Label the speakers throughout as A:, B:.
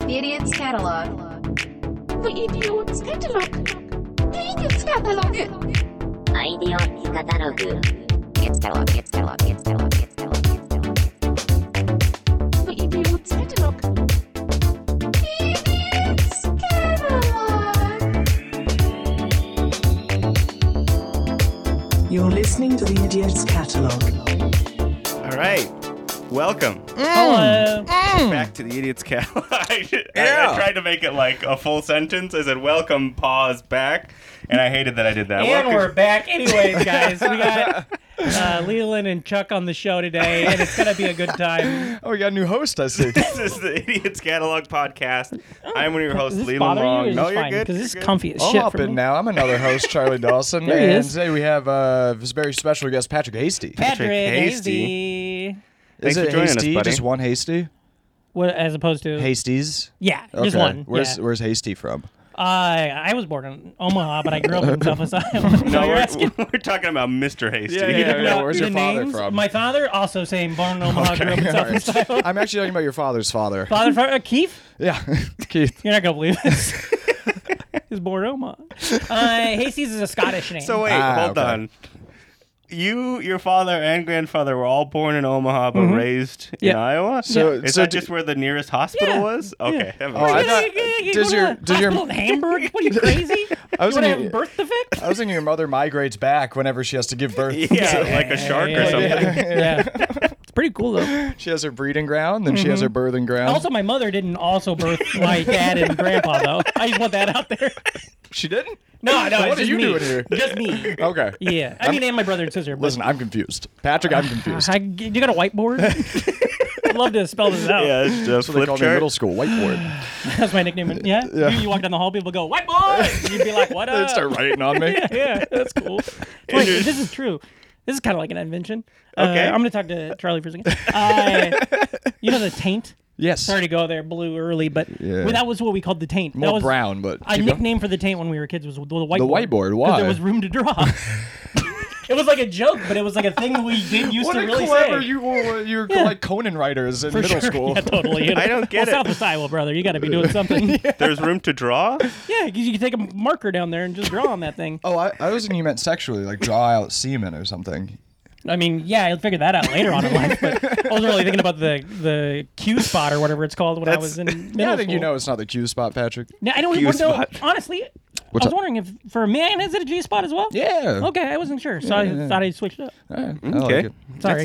A: The Idiot's Catalog.
B: The Idiot's Catalog. The Idiot's Catalog.
C: Idiot's Catalog.
D: It's catalog, it's catalog, it's catalog, it's catalog, it's catalog.
B: The Idiot's Catalog. The Idiot's Catalog.
E: You're listening to the Idiot's Catalogue.
F: All right. Welcome
G: Hello.
F: back to the Idiot's Catalog. I, I,
H: Yeah.
F: I tried to make it like a full sentence. I said, Welcome, pause, back. And I hated that I did that.
G: And
F: Welcome-
G: we're back. Anyways, guys, we got uh, Leland and Chuck on the show today, and it's going to be a good time.
H: Oh, we got a new host, I see.
F: This is the Idiot's Catalog podcast. I'm one of your hosts,
G: Oh, Does this
F: Leland
G: bother you? Or
F: Long.
G: is
F: No,
G: this
F: you're
G: fine?
F: good.
G: Because
F: you're
G: this is
F: good.
G: comfy as
H: I'm
G: shit
H: up
G: for
H: it
G: me.
H: now. I'm another host, Charlie Dawson.
G: There he
H: and
G: is.
H: today we have uh, this very special guest, Patrick Hasty.
G: Patrick
F: Hasty.
G: Hasty.
F: Thanks
H: is
F: for
H: it
F: joining us,
H: Hasty?
F: buddy.
H: Just one Hasty?
G: What, as opposed to?
H: Hasties?
G: Yeah, just
H: Okay.
G: one.
H: Where's,
G: yeah.
H: where's Hasty from?
G: Uh, I was born in Omaha, but I grew up in Southwest Iowa.
F: No,
G: so you're
F: we're,
G: asking.
F: we're talking about Mr. Hasty.
H: yeah, yeah.
G: about
H: where's
G: the
H: your father
G: names?
H: from?
G: My father also same born in Omaha, grew up in
H: all right.
G: Southwest Iowa.
H: I'm actually talking about your father's father.
G: Father from uh, Keith.
H: yeah, Keith.
G: You're not gonna believe this. He's born in Omaha. Uh, Hastings is a Scottish name.
F: So wait,
H: Ah,
F: hold
H: okay.
F: on. You, your father, and grandfather were all born in Omaha but raised in
G: Mm-hmm. Yeah.
F: Iowa.
H: So-
F: is
H: so
F: that
H: do-
F: just where the nearest hospital
G: Yeah.
F: was?
G: Yeah.
F: Okay. that makes
H: Oh, I
F: sense.
H: thought- does your- does your-
G: in Hamburg? What are you crazy?
H: I
G: you want
H: was
G: to
H: gonna-
G: have birth defects?
H: I was thinking your mother migrates back whenever she has to give birth.
F: yeah, like a shark or something.
G: Yeah. it's pretty cool though.
H: She has her breeding ground, then she has her birthing ground.
G: Mm-hmm. Also, my mother didn't also birth my dad and grandpa though. I just want that out there.
H: she didn't?
G: No, no.
H: What
G: it's
H: are
G: just
H: you
G: me.
H: doing here?
G: Just me.
H: Okay.
G: Yeah. I mean, and my brother and sister. But
H: Listen, I'm confused. Patrick, I'm confused.
G: I, you got a whiteboard? I'd love to spell this out.
F: Yeah, it's a
H: That's what they
F: flip
H: call me in
F: chart.
H: middle school, whiteboard.
G: That's my nickname. Yeah. You, you walk down the hall, people go, "White boy," you'd be like, "What
H: They'd
G: up?"
H: start writing on me.
G: yeah, that's cool. Wait, this is true. This is kind of like an invention. Uh,
F: Okay.
G: I'm gonna talk to Charlie for a second. Uh, you know the taint.
H: Yes.
G: Sorry to go there, blue early, but
H: Yeah.
G: well, that was what we called the taint. that
H: More
G: was,
H: brown, but
G: A
H: keep going.
G: nickname for the taint when we were kids was the whiteboard.
H: whiteboard,
G: 'cause
H: why?
G: There was room to draw. it was like a joke, but it was like a thing we did used
H: What
G: to
H: a
G: really
H: clever
G: say.
H: you were! You're like Conan writers in
G: for
H: middle
G: sure.
H: school.
G: Yeah, totally. You know?
F: I don't get
G: well,
F: it.
G: Southwest Iowa, brother. You got to be doing something. yeah,
F: There's room to draw.
G: because you can take a marker down there and just draw on that thing.
H: Oh, I, I was thinking you meant sexually, like draw out semen or something.
G: I mean, yeah, I'll figure that out later on in life. But I was really thinking about the the Q spot or whatever it's called when I was in middle
H: Yeah, I think you
G: school.
H: know it's not the Q spot, Patrick.
G: Now, I don't even know.
F: spot.
G: Honestly, I was
H: What's up?
G: wondering if for a man is it a G spot as well?
H: Yeah.
G: Okay, I wasn't sure, so I thought I switched up.
H: All right. I like
F: Okay.
H: it.
G: Sorry.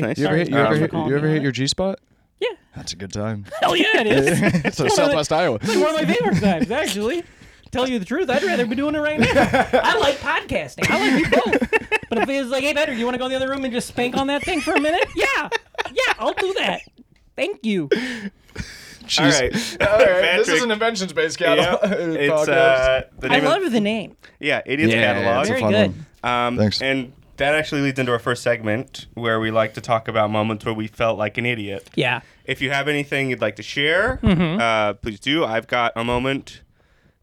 F: That's nice.
H: You
G: Mm,
H: ever
G: Sorry.
H: hit,
G: Thanks
H: you ever
G: for
H: hit,
G: calling
H: you ever
G: me
H: hit
G: on
H: your G spot?
G: Yeah.
H: That's a good time.
G: Hell yeah, it is.
H: it's a Southwest Iowa.
G: It's one of my favorite times, actually. Tell you the truth, I'd rather be doing it right now. I like podcasting. I like you both. But if it's like, hey, better, you want to go in the other room and just spank on that thing for a minute? Yeah, yeah, I'll do that. Thank you.
F: All right.
H: All right. This
F: Patrick.
H: is an inventions based
F: Yeah,
H: catalog.
F: it's uh, the
G: I
F: name of,
G: love the name.
F: yeah, Idiot's
H: Yeah,
F: Catalog.
H: it's a
G: Very
H: fun
G: good.
H: one.
F: Um,
H: Thanks.
F: And that actually leads into our first segment where we like to talk about moments where we felt like an idiot.
G: Yeah.
F: If you have anything you'd like to share,
G: Mm-hmm.
F: uh, please do. I've got a moment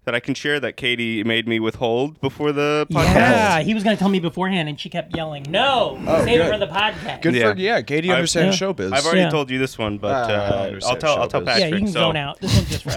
F: that I can share that Katie made me withhold before the podcast.
G: Yeah, he was going to tell me beforehand, and she kept yelling, no, save it
H: good.
G: for the podcast.
H: Good
F: Yeah.
H: for yeah. Katie
F: I've-
H: understands
G: Yeah.
H: showbiz.
F: I've already
G: Yeah.
F: told you this one, but
H: Ah, I
F: uh, I'll
H: understand
F: tell I'll tell
H: showbiz.
G: Yeah,
F: Patrick.
G: you can
F: so
G: zone out. This one's just for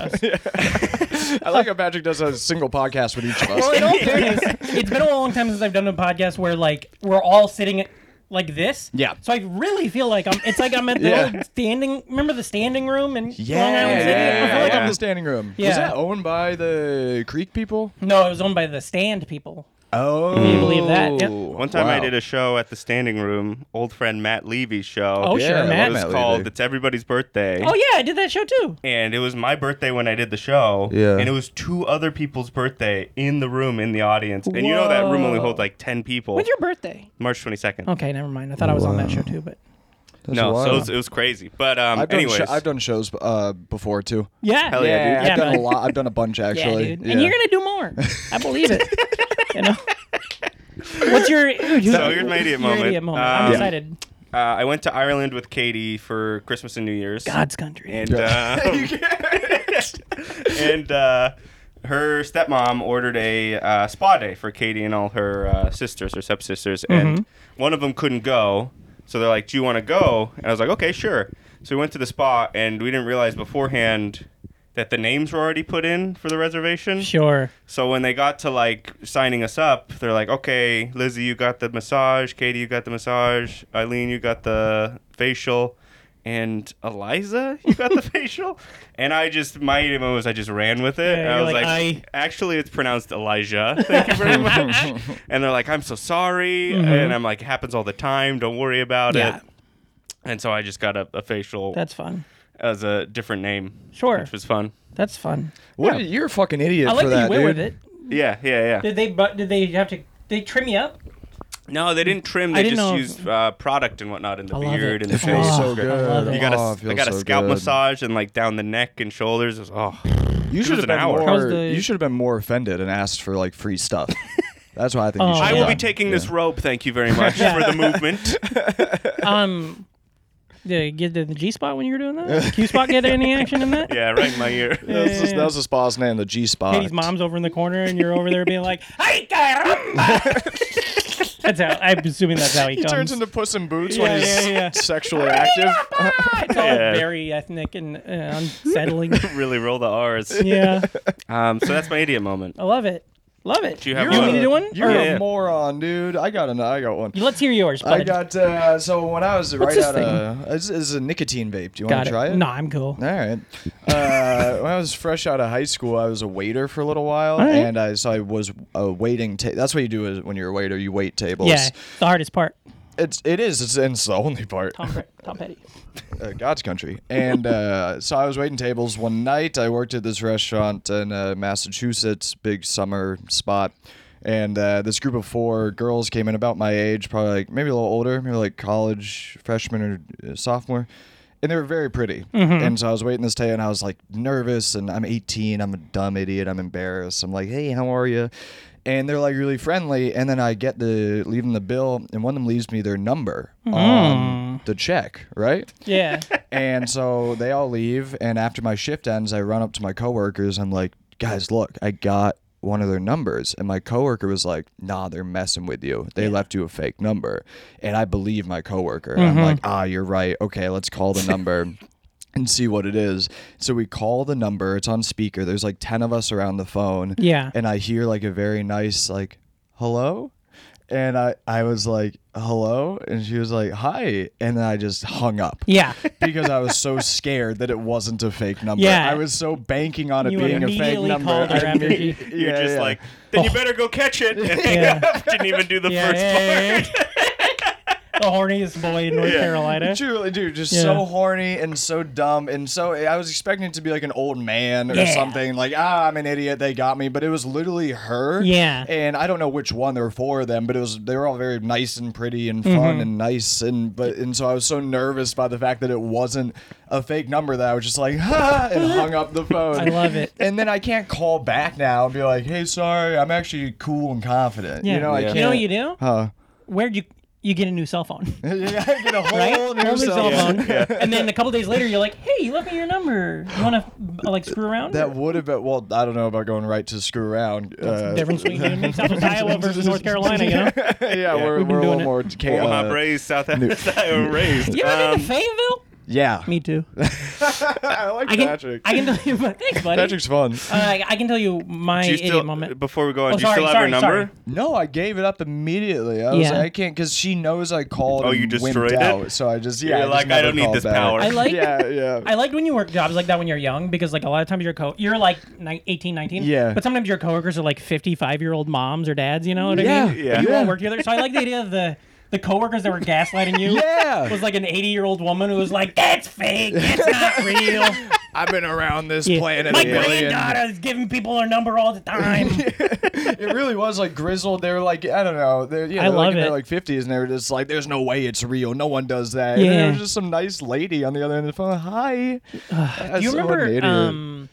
G: us.
H: I like how Patrick does a single podcast with each of
G: Well, in
H: us.
G: all fairness, it's been a long time since I've done a podcast where like we're all sitting like this.
H: Yeah.
G: So I really feel like I'm. It's like I'm at the
H: Yeah.
G: old standing. Remember the standing room in
H: Yeah,
G: Long Island City? I feel
H: I
G: like
H: love
G: I'm-
H: the standing room.
G: Yeah.
H: Was that owned by the Creek people?
G: no, it was owned by the stand people.
H: Oh,
G: you believe that? Yep.
F: One time I did a show at the Standing Room, old friend Matt Levy's show.
G: Oh, sure,
H: Yeah,
G: Matt.
F: It was
H: Matt
F: called
H: Levy.
F: "It's Everybody's Birthday."
G: Oh yeah, I did that show too.
F: and it was my birthday when I did the show.
H: Yeah.
F: And it was two other people's birthday in the room in the audience. And you know that room only holds like ten people.
G: When's your Oh. birthday?
F: March twenty second.
G: Okay, never mind. I thought I was on that show too, but
F: No,
H: wild.
F: so it was, it was crazy. But um,
H: I've done,
F: anyways,
H: sho- I've done shows uh, before too.
G: yeah,
F: Hell yeah, dude.
G: Yeah,
H: I've done
G: man.
H: a lot. I've done a bunch
G: Yeah,
H: actually.
G: dude. And you're gonna do more. I believe it. you know. What's your?
F: so here's my idiot moment.
G: idiot moment.
F: Um,
G: I'm excited.
F: Uh, I went to Ireland with Katie for Christmas and New Year's.
G: God's country.
F: And um, and uh, her stepmom ordered a uh, spa day for Katie and all her uh, sisters or stepsisters, and one of them couldn't go. So they're like, "Do you want to go?" And I was like, "Okay, sure." So we went to the spa, and we didn't realize beforehand that the names were already put in for the reservation.
G: Sure.
F: So when they got to like signing us up, they're like, "Okay, Lizzie, you got the massage. Katie, you got the massage. Eileen, you got the facial." And Eliza, you got the facial, and I just my emo was I just ran with it.
G: Yeah,
F: And I
G: you're
F: was
G: like,
F: like,
G: "I-"
F: actually, it's pronounced Elijah. Thank you very much. and they're like, I'm so sorry, and I'm like, it happens all the time. Don't worry about
G: Mm-hmm. Yeah.
F: it. And so I just got a, a facial
G: That's fun.
F: as a different name.
G: Sure.
F: which was fun.
G: That's fun.
H: What? You're a fucking idiot
I: I like
H: for
I: that,
H: that,
I: you went
H: dude.
I: with it.
F: Yeah, yeah, yeah.
I: Did they? But did they have to? They trim you up?
F: No, they didn't trim.
G: I
F: They
G: didn't
F: just
G: know-
F: used uh, product and whatnot in the
G: I love
F: beard
G: it.
F: and the
G: It feels
F: face.
G: Oh,
H: so
G: I
H: good.
G: love it.
F: You got a,
H: Oh, it
F: I
H: feels
F: got a
H: so
F: scalp
H: good.
F: massage and like down the neck and shoulders. It was, oh,
H: You should
F: was
H: have
F: an
H: been
F: hour.
H: more.
G: How's the-
H: You should have been more offended and asked for like free stuff. That's why I think you
G: Oh.
H: should.
F: I
H: have
F: will be
H: done.
F: taking
H: Yeah.
F: this robe. Thank you very much for the movement.
G: Um, did it get to the G spot when you were doing that? Q spot get any action in that?
F: Yeah, right in my ear.
H: That was, the, that was the spa's name, the G spot.
G: Katie's mom's over in the corner, and you're over there being like, "Hey, caramba!" that's how. I'm assuming that's how he,
H: He
G: comes.
H: turns into Puss in Boots
G: Yeah,
H: when he's
G: yeah, yeah.
H: sexually active.
G: it's all
F: Yeah.
G: very ethnic and uh, unsettling.
F: really roll the R's.
G: yeah, Oh,
F: Um, so that's my idiot moment.
G: I love it. Love it.
F: Do you have
G: you want
F: one?
G: me to do one? Oh.
H: You're
G: Or-
F: yeah.
H: a moron, dude. I got an, I got one.
G: Let's hear yours. Bud.
H: I got uh, so when I was right
G: this
H: out of this is a nicotine vape. Do you want
G: Got
H: to try it?
G: No, I'm cool.
H: All right. Uh, when I was fresh out of high school, I was a waiter for a little while,
G: right.
H: and I so I was a waiting. Ta- that's what you do is when you're a waiter, you wait tables.
G: Yeah, the hardest part.
H: it's it is. It's, and it's the only part.
G: Tom, Pe- Tom Petty.
H: uh, God's country. And uh, so I was waiting tables one night. I worked at this restaurant in uh, Massachusetts, big summer spot. And uh, this group of four girls came in about my age, probably like maybe a little older, maybe like college freshman or uh, sophomore. And they were very pretty. And so I was waiting this day and I was like nervous and I'm 18. I'm a dumb idiot. I'm embarrassed. I'm like, hey, how are you? And they're like really friendly. And then I get the, leave them the bill and one of them leaves me their number on the check, right?
G: Yeah.
H: and so they all leave and after my shift ends i run up to my coworkers i'm like guys look i got one of their numbers and my coworker was like nah they're messing with you they left you a fake number and i believe my coworker i'm like ah you're right okay let's call the number and see what it is so we call the number it's on speaker there's like 10 of us around the phone
G: Yeah.
H: and i hear like a very nice like hello and i i was like hello and she was like hi and then i just hung up
G: Yeah.
H: because I was so scared that it wasn't a fake number.
G: Yeah.
H: I was so banking on it
G: You
H: being a fake
G: immediately
H: number.
G: called her
H: I-
G: after she-
F: You're
H: Yeah,
F: just
H: yeah.
F: like, then you better go catch it. And hang
G: Oh. Yeah.
F: up. Didn't even do the
G: Yeah,
F: first
G: yeah, yeah,
F: part.
G: yeah. the horniest boy in North
F: Yeah.
G: Carolina.
H: Truly, dude, just
G: Yeah.
H: so horny and so dumb and so. I was expecting it to be like an old man or
G: Yeah.
H: something. Like, ah, I'm an idiot. They got me, but it was literally her.
G: Yeah.
H: And I don't know which one. There were four of them, but it was they were all very nice and pretty and
G: Mm-hmm.
H: fun and nice and but and so I was so nervous by the fact that it wasn't a fake number that I was just like, ha, and hung up the phone.
G: I love it.
H: and then I can't call back now and be like, "Hey, sorry, I'm actually cool and confident."
G: Yeah.
H: You know, I
F: Yeah.
H: can't.
G: You know what you do?
H: Huh.
G: Where'd you you get a new cell phone?
H: yeah, I get a whole
G: Right?
H: new
G: Only
H: cell phone.
G: And then a couple days later, you're like, "Hey, you left me your number. You want to like screw around?"
H: That would have been well. I don't know about going right to screw around. Uh,
G: difference between you and me, Southwest Iowa versus North Carolina. You know,
H: yeah, we're,
G: We've been
H: we're a little
G: doing it.
H: more. Ca-
F: Well, I'm
H: uh,
F: not raised South Africa. raised.
G: you ever
F: Um,
G: been to Fayetteville?
H: yeah,
G: Me too.
H: I like
G: I can,
H: Patrick.
G: I can tell you. Thanks, buddy.
H: Patrick's fun.
G: Uh, I- I can tell you my
F: do you
G: idiot
F: still,
H: uh,
G: moment.
F: Before we go on,
G: Oh,
F: do you
G: sorry,
F: still have
G: sorry,
F: her number?
G: sorry.
H: No, I gave it up immediately. I was
G: Yeah.
H: like, I can't because she knows I called.
F: Oh,
H: and
F: you destroyed
H: wimped
F: it?
H: Out, so I just yeah.
F: You're
H: I just
F: like, I
H: never
F: don't need
H: called
F: this
H: back.
F: power.
G: I like.
H: yeah, yeah.
G: I liked when you work jobs like that when you're young because like a lot of times you're co- you're like ni- 18, 19.
H: Yeah.
G: But sometimes your coworkers are like 55 year old moms or dads. You know what I
H: Yeah,
G: mean?
H: yeah.
G: You all
H: Yeah.
G: work together. So I like the idea of the the coworkers that were gaslighting you.
H: Yeah.
G: Was like an 80 year old woman who was like, "That's fake. That's not real."
H: I've been around this
G: Yeah.
H: planet.
G: My
H: a billion
G: granddaughter's giving people her number all the time.
H: it really was like grizzled. They were like, I don't know. They're, you know,
G: I
H: they're like
G: love
H: in their
G: it.
H: like fifties, and they were just like, "There's no way it's real. No one does that." And
G: Yeah.
H: there was just some nice lady on the other end of the phone. Hi. That's
G: do you
H: so an
G: remember?
H: idiot.
G: Um,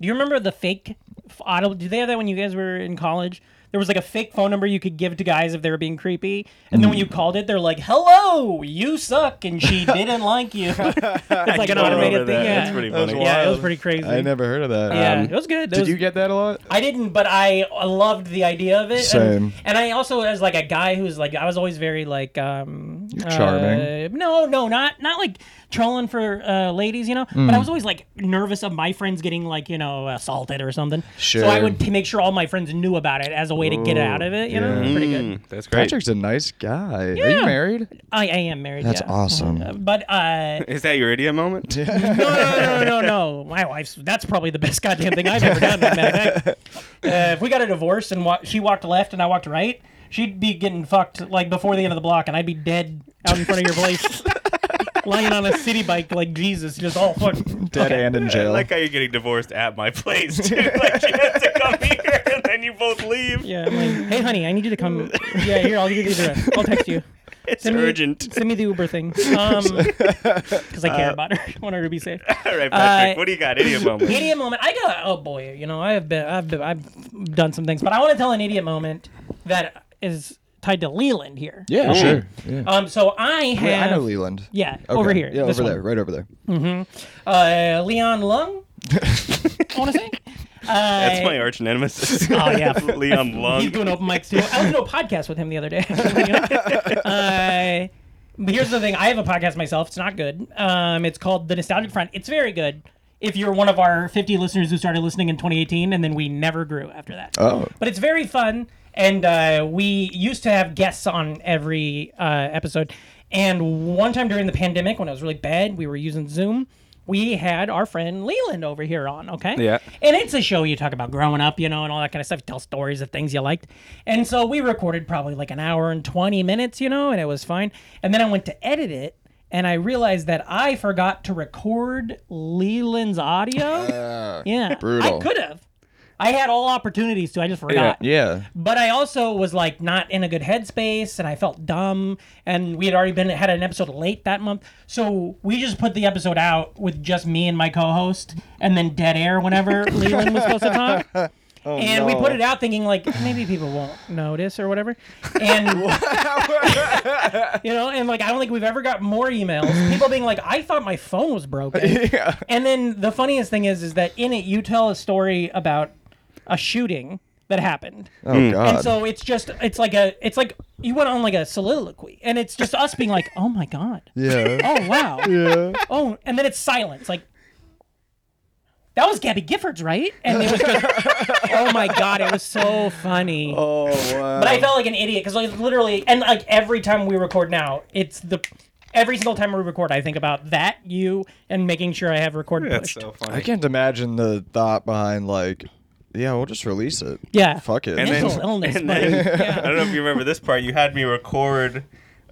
G: do you remember the fake f- auto? Did they have that when you guys were in college? There was like a fake phone number you could give to guys if they were being creepy, and then when
H: Mm.
G: you called it, they're like, "Hello, you suck," and she didn't like you. it's like an
F: don't remember
G: automated
F: that.
G: thing. Yeah.
F: Oh, That's pretty
H: That was
F: funny.
H: wild.
G: Yeah, it was pretty crazy.
H: I never heard of that.
G: Yeah,
H: Um,
G: it was good. It
H: Did
G: was-
H: you get that a lot?
G: I didn't, but I loved the idea of it.
H: Same.
G: And, and I also, as like a guy who's like, I was always very like, um,
H: You're charming.
G: Uh, no, no, not not like trolling for uh, ladies, you know.
H: Hmm.
G: But I was always like nervous of my friends getting like you know assaulted or something. So I
H: Sure.
G: would t- make sure all my friends knew about it as a way to get out of it. You know, pretty
H: Hmm.
G: good.
F: Mm, that's great.
H: Patrick's a nice guy. Are you married?
G: I, I am married.
H: That's
G: yeah.
H: awesome.
G: But uh,
F: Is that your idiot moment?
G: no, no, no, no, no. My wife's. That's probably the best goddamn thing I've ever done. as a matter of fact. Uh, if we got a divorce and wa- she walked left and I walked right, she'd be getting fucked like before the end of the block, and I'd be dead out in front of your place, lying on a city bike like Jesus, just all fucked.
H: Dead and in
F: I
H: jail.
F: like how you're getting divorced at my place too. like you have to come here and then you both leave.
G: Yeah, I'm like, hey, honey, I need you to come. Yeah, here, I'll give you the address. I'll text you.
F: It's
G: Send me-
F: urgent. Uh,
G: Send me the Uber thing. Um, because I care about her. I want her to be safe.
F: All right, Patrick,
G: Uh,
F: what do you got? Idiot moment.
G: idiot moment. I got. Oh boy, you know, I have been, I've been, I've done some things, but I want to tell an idiot moment that is tied to Leland here.
H: yeah, sure. Yeah.
G: Um. So I have.
H: Wait, I know Leland.
G: Yeah,
H: Okay.
G: over here.
H: Yeah,
G: this
H: over
G: one. Mm-hmm.
H: there. Right over there.
G: Uh, Leon Lung. I want to say. Uh,
F: That's my arch nemesis.
G: Oh, yeah.
F: Leon
G: He's
F: Lung.
G: doing open mics too. I was doing a podcast with him the other day. uh, but here's the thing: I have a podcast myself. It's not good. Um, it's called The Nostalgic Front. It's very good. If you're one of our 50 listeners who started listening in 2018 and then we never grew after that.
H: Oh.
G: But it's very fun, and uh, we used to have guests on every uh, episode. And one time during the pandemic, when it was really bad, we were using Zoom. We had our friend Leland over here on, okay?
F: Yeah.
G: And it's a show you talk about growing up, you know, and all that kind of stuff. You tell stories of things you liked. And so we recorded probably like an hour and 20 minutes, you know, and it was fine. And then I went to edit it and I realized that I forgot to record Leland's audio. yeah.
H: brutal.
G: I could have. I had all opportunities to. I just forgot.
H: Yeah.
G: But I also was like not in a good headspace and I felt dumb and we had already been had an episode late that month. So we just put the episode out with just me and my co-host and then dead air whenever Leland was supposed to talk. and we
H: Oh, no.
G: put it out thinking like maybe people won't notice or whatever. And
H: Oh,
G: you know, and like I don't think we've ever got more emails. People being like, I thought my phone was broken.
H: Yeah.
G: And then the funniest thing is, is that in it you tell a story about a shooting that happened,
H: Oh God.
G: and so it's just it's like a it's like you went on like a soliloquy, and it's just us being like, oh my god,
H: yeah.
G: oh wow,
H: yeah.
G: oh, and then it's silence, like. That was Gabby Giffords, right? And it was just, oh my god, it was so funny.
H: Oh wow.
G: But I felt like an idiot because like literally, and like every time we record now, it's the every single time we record, I think about that you and making sure I have record
F: That's
G: pushed.
F: so
H: I
F: funny.
H: can't imagine the thought behind like, yeah, we'll just release it.
G: yeah,
H: Fuck it.
F: And then-
G: mental illness.
F: and
G: buddy.
F: then-
G: yeah.
F: I don't know if you remember this part. You had me record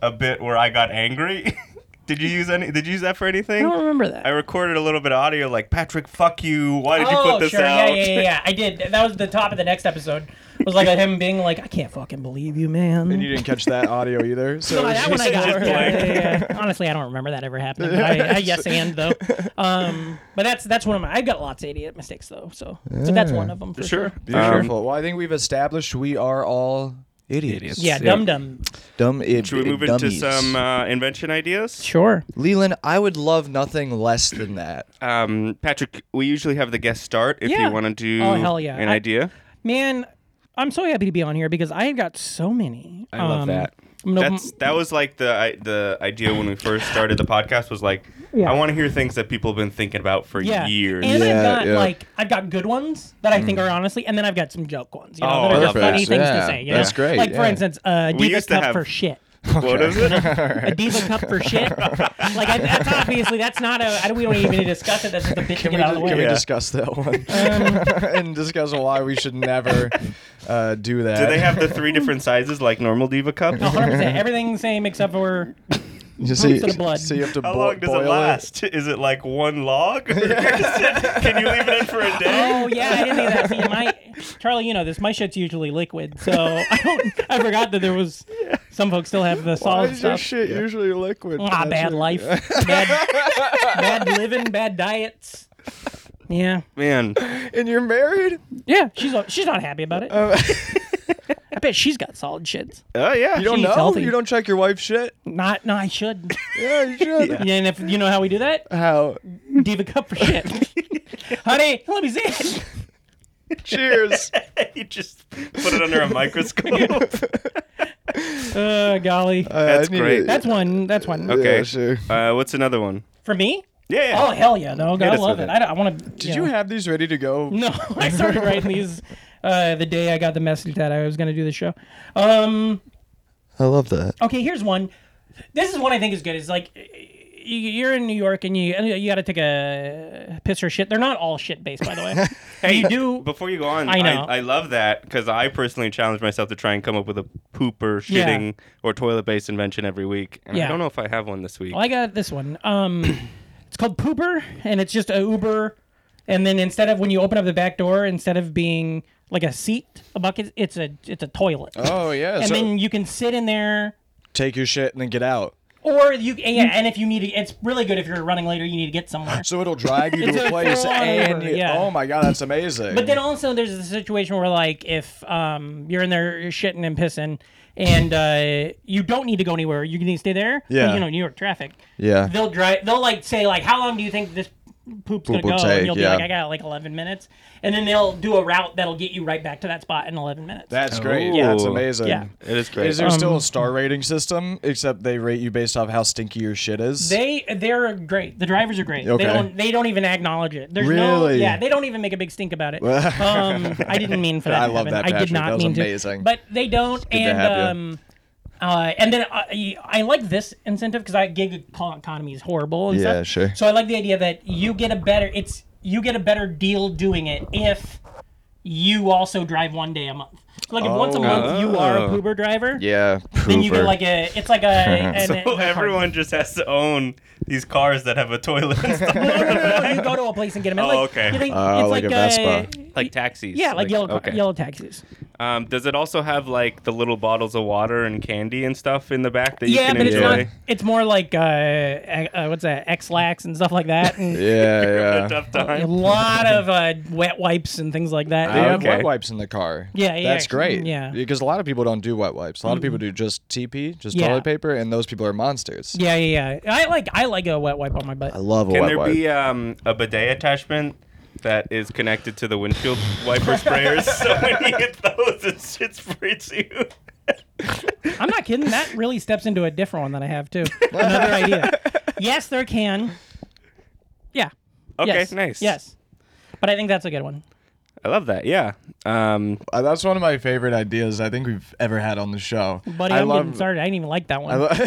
F: a bit where I got angry. did you use any? Did you use that for anything?
G: I don't remember
F: I
G: that.
F: recorded a little bit of audio like Patrick, fuck you. Why did you
G: oh,
F: put this
G: sure.
F: out?
G: Yeah, yeah, yeah, yeah. I did. That was the top of the next episode. Was like him being like, I can't fucking believe you, man.
H: and you didn't catch that audio either. So
G: No,
H: it
G: that
H: was
G: one I
H: just-
G: got.
F: just
G: Yeah,
F: blank.
G: yeah, yeah. Honestly, I don't remember that ever happening. But I, I yes and though. Um, but that's that's one of my. I've got lots of idiot mistakes though. So, but that's one of them for sure.
F: Sure.
H: Beautiful. well, I think we've established we are all idiots.
G: Yeah, dum dum.
H: Dumb idiots.
F: Should we move into some uh, invention ideas?
G: Sure.
H: Leland, I would love nothing less than that.
F: Um, Patrick, we usually have the guest start. If
G: Yeah.
F: you want to do
G: Oh, hell yeah.
F: an
G: I-
F: idea,
G: Man, I'm so happy to be on here because I have got so many. um, I
H: love that.
G: I'm gonna-
F: that's that was like the I- the idea when we first started the podcast was like I want to hear things that people have been thinking about for
G: yeah.
F: years.
G: And
H: Yeah,
G: I've got
H: yeah. Mm.
G: like I've got good ones that I think are honestly, and then I've got some joke ones. You know,
F: Oh,
G: that are just
F: perfect.
G: funny things
H: Yeah,
G: to say. You
H: that's
G: know?
H: great,
G: Like for
H: yeah.
G: instance, uh,
F: We
G: diva
F: used to
G: cup
F: have-
G: for shit.
F: What is Oh, it?
G: A diva cup for shit. like I, that's obviously that's not a. I don't, we don't even need to discuss it. That's just a bit to
H: Can,
G: get
H: we,
G: out of the
H: ju- can
G: way. Um,
H: we
F: Yeah.
H: discuss that one and discuss why we should never uh, do that?
F: Do they have the three different sizes like normal diva cup?
G: 100%. Everything same except for
H: you see,
G: proofs of blood?
H: so you have to
F: How
H: bo-
F: long does
H: boil
F: it last? Is it like one log? Or is it- Can you leave it in for a day?
G: Oh yeah, I didn't think of that. See, my Charlie, you know this. My shit's usually liquid, so I don't. I forgot that there was. Some folks still have the
H: Why
G: solid
H: is your
G: stuff.
H: shit usually liquid?
G: ah, bad
H: Patrick?
G: life, bad, bad living, bad diets. Yeah,
F: Man,
H: And you're married?
G: yeah. She's she's not happy about it. I bet she's got solid shits.
F: oh Uh, yeah.
H: You don't
G: She's
H: know?
G: healthy.
H: You don't check your wife's shit?
G: Not, no, I should.
H: Yeah, you should.
G: Yeah, and if you know how we do that,
H: How?
G: diva cup for shit. Honey, let me see it.
H: Cheers.
F: you just put it under a microscope.
G: Uh, golly.
F: That's great.
G: that's one. That's one.
F: Okay.
H: Yeah, sure.
F: Uh, what's another one?
G: For me?
F: Yeah.
G: Oh hell yeah! No, God, I
F: us
G: love
F: with it.
G: it. I, don't- I want to.
H: Did you have these ready to go?
G: No, I started writing these uh, the day I got the message that I was going to do the show. Um,
H: I love that.
G: okay, here's one. This is one I think is good. It's like y- you're in New York and you you got to take a piss or shit. They're not all shit based, by the way.
F: hey,
G: you do.
F: Before you go on,
G: I
F: I,
G: know.
F: I, love that because I personally challenge myself to try and come up with a poop or
G: Yeah.
F: shitting or toilet based invention every week. And
G: Yeah.
F: I don't know if I have one this week.
G: Well, I got this one. Um, it's called Pooper, and it's just a Uber. And then instead of when you open up the back door, instead of being like a seat, a bucket, it's a it's a toilet.
H: Oh yeah.
G: and
H: so
G: then you can sit in there
H: take your shit and then get out.
G: Or you, yeah, and if you need to, it's really good if you're running later, you need to get somewhere.
H: So it'll drive you
G: It's
H: to
G: a
H: a place,
G: full-on
H: and
G: Uber,
H: you-
G: yeah.
H: oh my god, that's amazing.
G: But then also, there's a situation where, like, if um, you're in there you're shitting and pissing, and uh, you don't need to go anywhere, you need to stay there. but,
H: Yeah.
G: you know, New York traffic.
H: Yeah.
G: They'll drive. They'll like say like, how long do you think this poop's gonna
H: Poop will
G: go?
H: take,
G: and you'll
H: yeah.
G: be like, I got like 11 minutes, and then they'll do a route that'll get you right back to that spot in 11 minutes.
H: that's great.
F: Ooh.
H: That's amazing.
G: Oh. Yeah. Um,
F: it is great.
H: Is there still a star rating system? Except they rate you based off how stinky your shit is.
G: They they're great. The drivers are great.
H: Okay.
G: They don't they don't even acknowledge it. There's no
H: Really?
G: yeah, they don't even make a big stink about it. um, I didn't mean for that.
H: I
G: to
H: love
G: happen.
H: that,
G: I
H: Patrick.
G: did not
H: That was
G: mean
H: amazing.
G: to. But they don't
H: to
G: and
H: have you.
G: um uh, and then I, I like this incentive because I gig economy is horrible. And
H: Yeah,
G: stuff.
H: sure.
G: So I like the idea that you get a better it's you get a better deal doing it if you also drive one day a month. So like if once a month you are a
F: Oh.
G: Uber driver,
H: yeah.
G: then you get like a it's like a an,
F: so
G: a card.
F: everyone just has to own these cars that have a toilet installed,
G: No, no, no, no, You go to a place and get them.
F: Oh,
G: like,
F: okay.
G: You think,
H: Oh,
G: it's
H: like
G: like,
H: a
G: uh,
F: like taxis.
G: yeah, like, yellow
F: okay.
G: yellow taxis.
F: Um, does it also have like the little bottles of water and candy and stuff in the back that you
G: yeah,
F: can
G: but it's
F: enjoy?
G: not. It's more like uh, uh, what's that? X lax and stuff like that. And
H: yeah, yeah.
F: Tough
G: a
F: time.
G: lot of uh, wet wipes and things like that.
H: They have
F: Okay.
H: wet wipes in the car.
G: Yeah, yeah,
H: That's
G: actually,
H: great.
G: yeah. Mm-hmm.
H: Because a lot of people don't do wet wipes. A lot of people do just TP, just
G: Yeah.
H: toilet paper, and those people are monsters.
G: yeah, yeah, yeah. I like I like a wet wipe on my butt.
H: I love a
F: Can
H: wet
F: there
H: wipe.
F: be um, a bidet attachment that is connected to the windshield wiper sprayers? so when you hit those, it shit sprays you.
G: I'm not kidding. That really steps into a different one that I have too. Another idea. Yes, there can. Yeah.
F: Okay,
G: yes.
F: nice.
G: Yes. But I think that's a good one.
F: I love that. Yeah. Um,
H: Uh, that's one of my favorite ideas I think we've ever had on the show.
G: Buddy,
H: I
G: I'm
H: love.
G: getting started. I didn't even like that one.
H: I lo-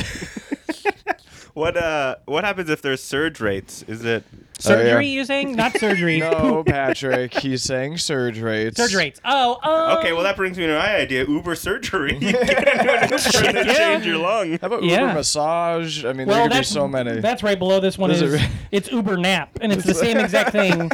F: what uh, what happens if there's surge rates? Is it
G: surgery,
H: oh, yeah.
G: you saying? Not surgery.
H: no, Patrick. He's saying surge rates.
G: Surge rates. Oh, um,
F: okay? Well, that brings me to my idea: Uber surgery. You get into an Uber and they change your lung.
H: How about
G: Yeah.
H: Uber massage? I mean,
G: well,
H: there could be
G: that's
H: so many.
G: That's right below this one
H: Is
G: is,
H: it re-
G: it's Uber nap, and it's the same exact thing.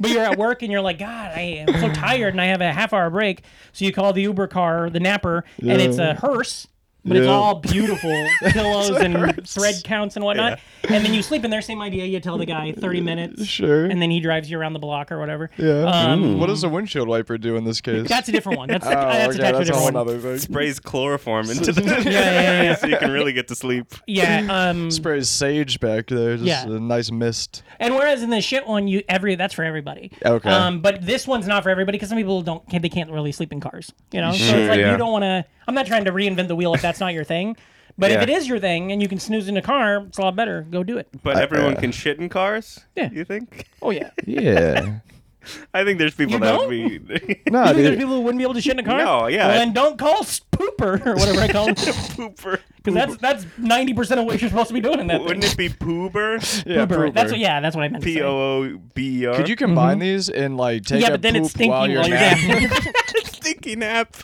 G: But you're at work and you're like, God, I am so tired, and I have a half hour break. So you call the Uber car, the napper, and it's a hearse. But it's
H: Yeah.
G: all beautiful pillows and
H: hearse.
G: thread counts and whatnot. And then you sleep in there, same idea. You tell the guy 30 minutes.
H: Sure.
G: And then he drives you around the block or whatever.
H: yeah.
G: Um,
H: what does a windshield wiper do in this case?
G: That's a different one. That's,
H: oh,
G: that's attached to
H: okay,
G: a
H: that's a
G: different
H: whole
G: one.
H: other thing.
F: Sprays chloroform into the
G: yeah, yeah.
F: so you can really get to sleep.
G: Yeah. Um,
H: Sprays sage back there, just
G: Yeah.
H: a nice mist.
G: And whereas in the shit one, you every that's for everybody.
H: Okay.
G: Um, but this one's not for everybody because some people don't can, they can't really sleep in cars. You know, so it's like
F: yeah.
G: you don't want to. I'm not trying to reinvent the wheel if that's not your thing. But
F: Yeah.
G: if it is your thing and you can snooze in a car, it's a lot better. Go do it.
F: But everyone can shit in cars.
G: Yeah.
F: You think?
G: Oh yeah.
H: Yeah.
F: I think there's people
G: You
F: that
G: don't?
F: would be
G: You
H: no,
G: think there's
H: dude.
G: people who wouldn't be able to shit in a car?
F: No, yeah.
G: Well, then don't call s- pooper or whatever I call it, because
F: pooper.
G: that's that's ninety percent of what you're supposed to be doing in that. thing.
F: Wouldn't it be poober?
H: Yeah,
G: Pooper. That's
H: pooper.
G: what. Yeah, that's what I meant.
F: P
G: to say.
F: o o b e r.
H: Could you combine these and like take
G: Yeah,
H: a
G: but then it's
H: poop
G: stinky
H: while you're napping?
G: down.
F: stinky nap?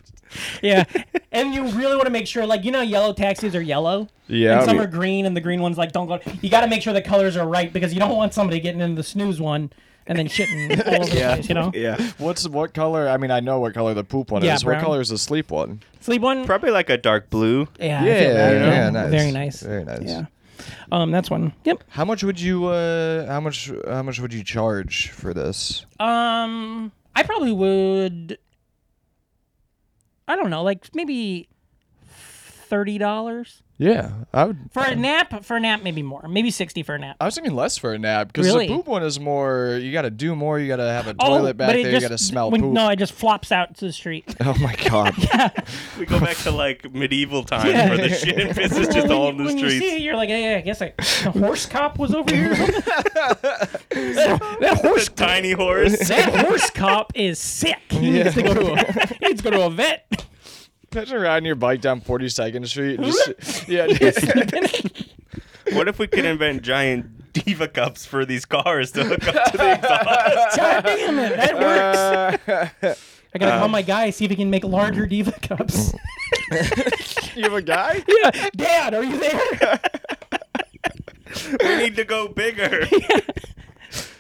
G: yeah, and you really want to make sure, like you know, yellow taxis are yellow.
H: Yeah.
G: And some are green, and the green ones like don't go. You got to make sure the colors are right because you don't want somebody getting into the snooze one and then shitting all over the place. You know,
F: Yeah.
H: What's what color? I mean, I know what color the poop one
G: Yeah,
H: is. What
G: brown.
H: color is the sleep one?
G: sleep one.
F: Probably like a dark blue.
G: yeah, I feel bad, you know? very nice.
H: Very nice.
G: Yeah. Um, that's one. Yep.
H: How much would you? Uh, how much? How much would you charge for this?
G: Um, I probably would. I don't know, like maybe thirty dollars
H: Yeah, I would.
G: for a nap. For a nap, maybe more. Maybe sixty for a nap.
H: I was thinking less for a nap because
G: Really?
H: the poop one is more. You got to do more. You got to have a
G: Oh,
H: toilet back
G: but it
H: there.
G: just-
H: you got to smell
G: when-
H: poop.
G: No, it just flops out to the street.
H: Oh my god.
F: We go back to like medieval times
G: Yeah.
F: where the shit and piss is
G: Well,
F: just
G: when
F: all
G: you-
F: in the
G: when you
F: streets.
G: see it, you're like, hey, I guess a, a horse cop was over here. or something." that, that horse,
F: Tiny horse.
G: that horse cop is sick. He needs to go to a, he needs to go to a vet.
H: Imagine riding your bike down 42nd Street. and just- yeah. just-
F: what if we could invent giant diva cups for these cars to hook up to the exhaust?
G: God damn it, that works.
H: Uh,
G: I gotta call my guy see if he can make larger diva cups.
H: you have a guy?
G: yeah, Dad, are you there?
F: we need to go bigger.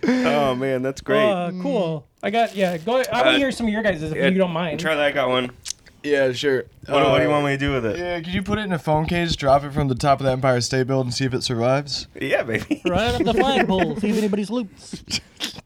F: Oh man, that's great.
G: Uh, cool. I got yeah. Go. I want
F: Uh,
G: to hear some of your guys' if
F: Yeah,
G: you don't mind.
F: Charlie, I got one.
H: Yeah, sure.
F: What, what do you
H: Uh,
F: want me to do with it?
H: Yeah, could you put it in a phone cage, drop it from the top of the Empire State Building, and see if it survives?
F: Yeah, baby.
G: Run up the flagpole, see if anybody's loops.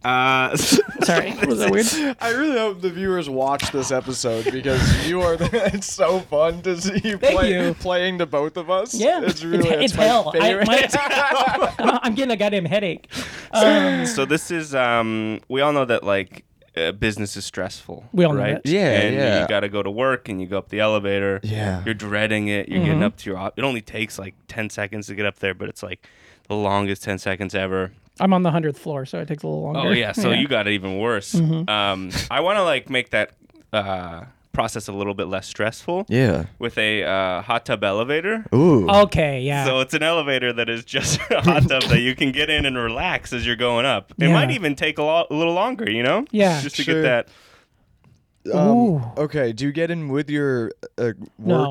F: Uh,
G: Sorry, was that weird?
H: I really hope the viewers watch this episode because you are. it's so fun to see you,
G: Thank
H: play,
G: you.
H: playing to both of us.
G: Yeah,
H: it's really
G: it's,
H: it's, my
G: hell. I,
H: favorite.
G: my- I'm getting a goddamn headache. Um,
F: so this is um we all know that like uh, business is stressful
G: We all know
F: right
G: that.
H: Yeah,
F: and
H: yeah.
F: you got to go to work and you go up the elevator
H: Yeah.
F: you're dreading it you're
G: Mm-hmm.
F: getting up to your op- it only takes like 10 seconds to get up there but it's like the longest 10 seconds ever
G: I'm on the hundredth floor, so it takes a little longer.
F: oh yeah so you got it even worse
G: Mm-hmm.
F: um i want to like make that uh process a little bit less stressful
H: yeah.
F: with a uh, hot tub elevator
H: Ooh.
G: Okay, yeah.
F: So it's an elevator that is just a hot tub that you can get in and relax as you're going up. It
G: Yeah.
F: might even take a, lo- a little longer, you know?
G: Yeah.
F: Just
H: Sure.
F: to get that.
H: Um,
G: Ooh.
H: okay, do you get in with your uh, work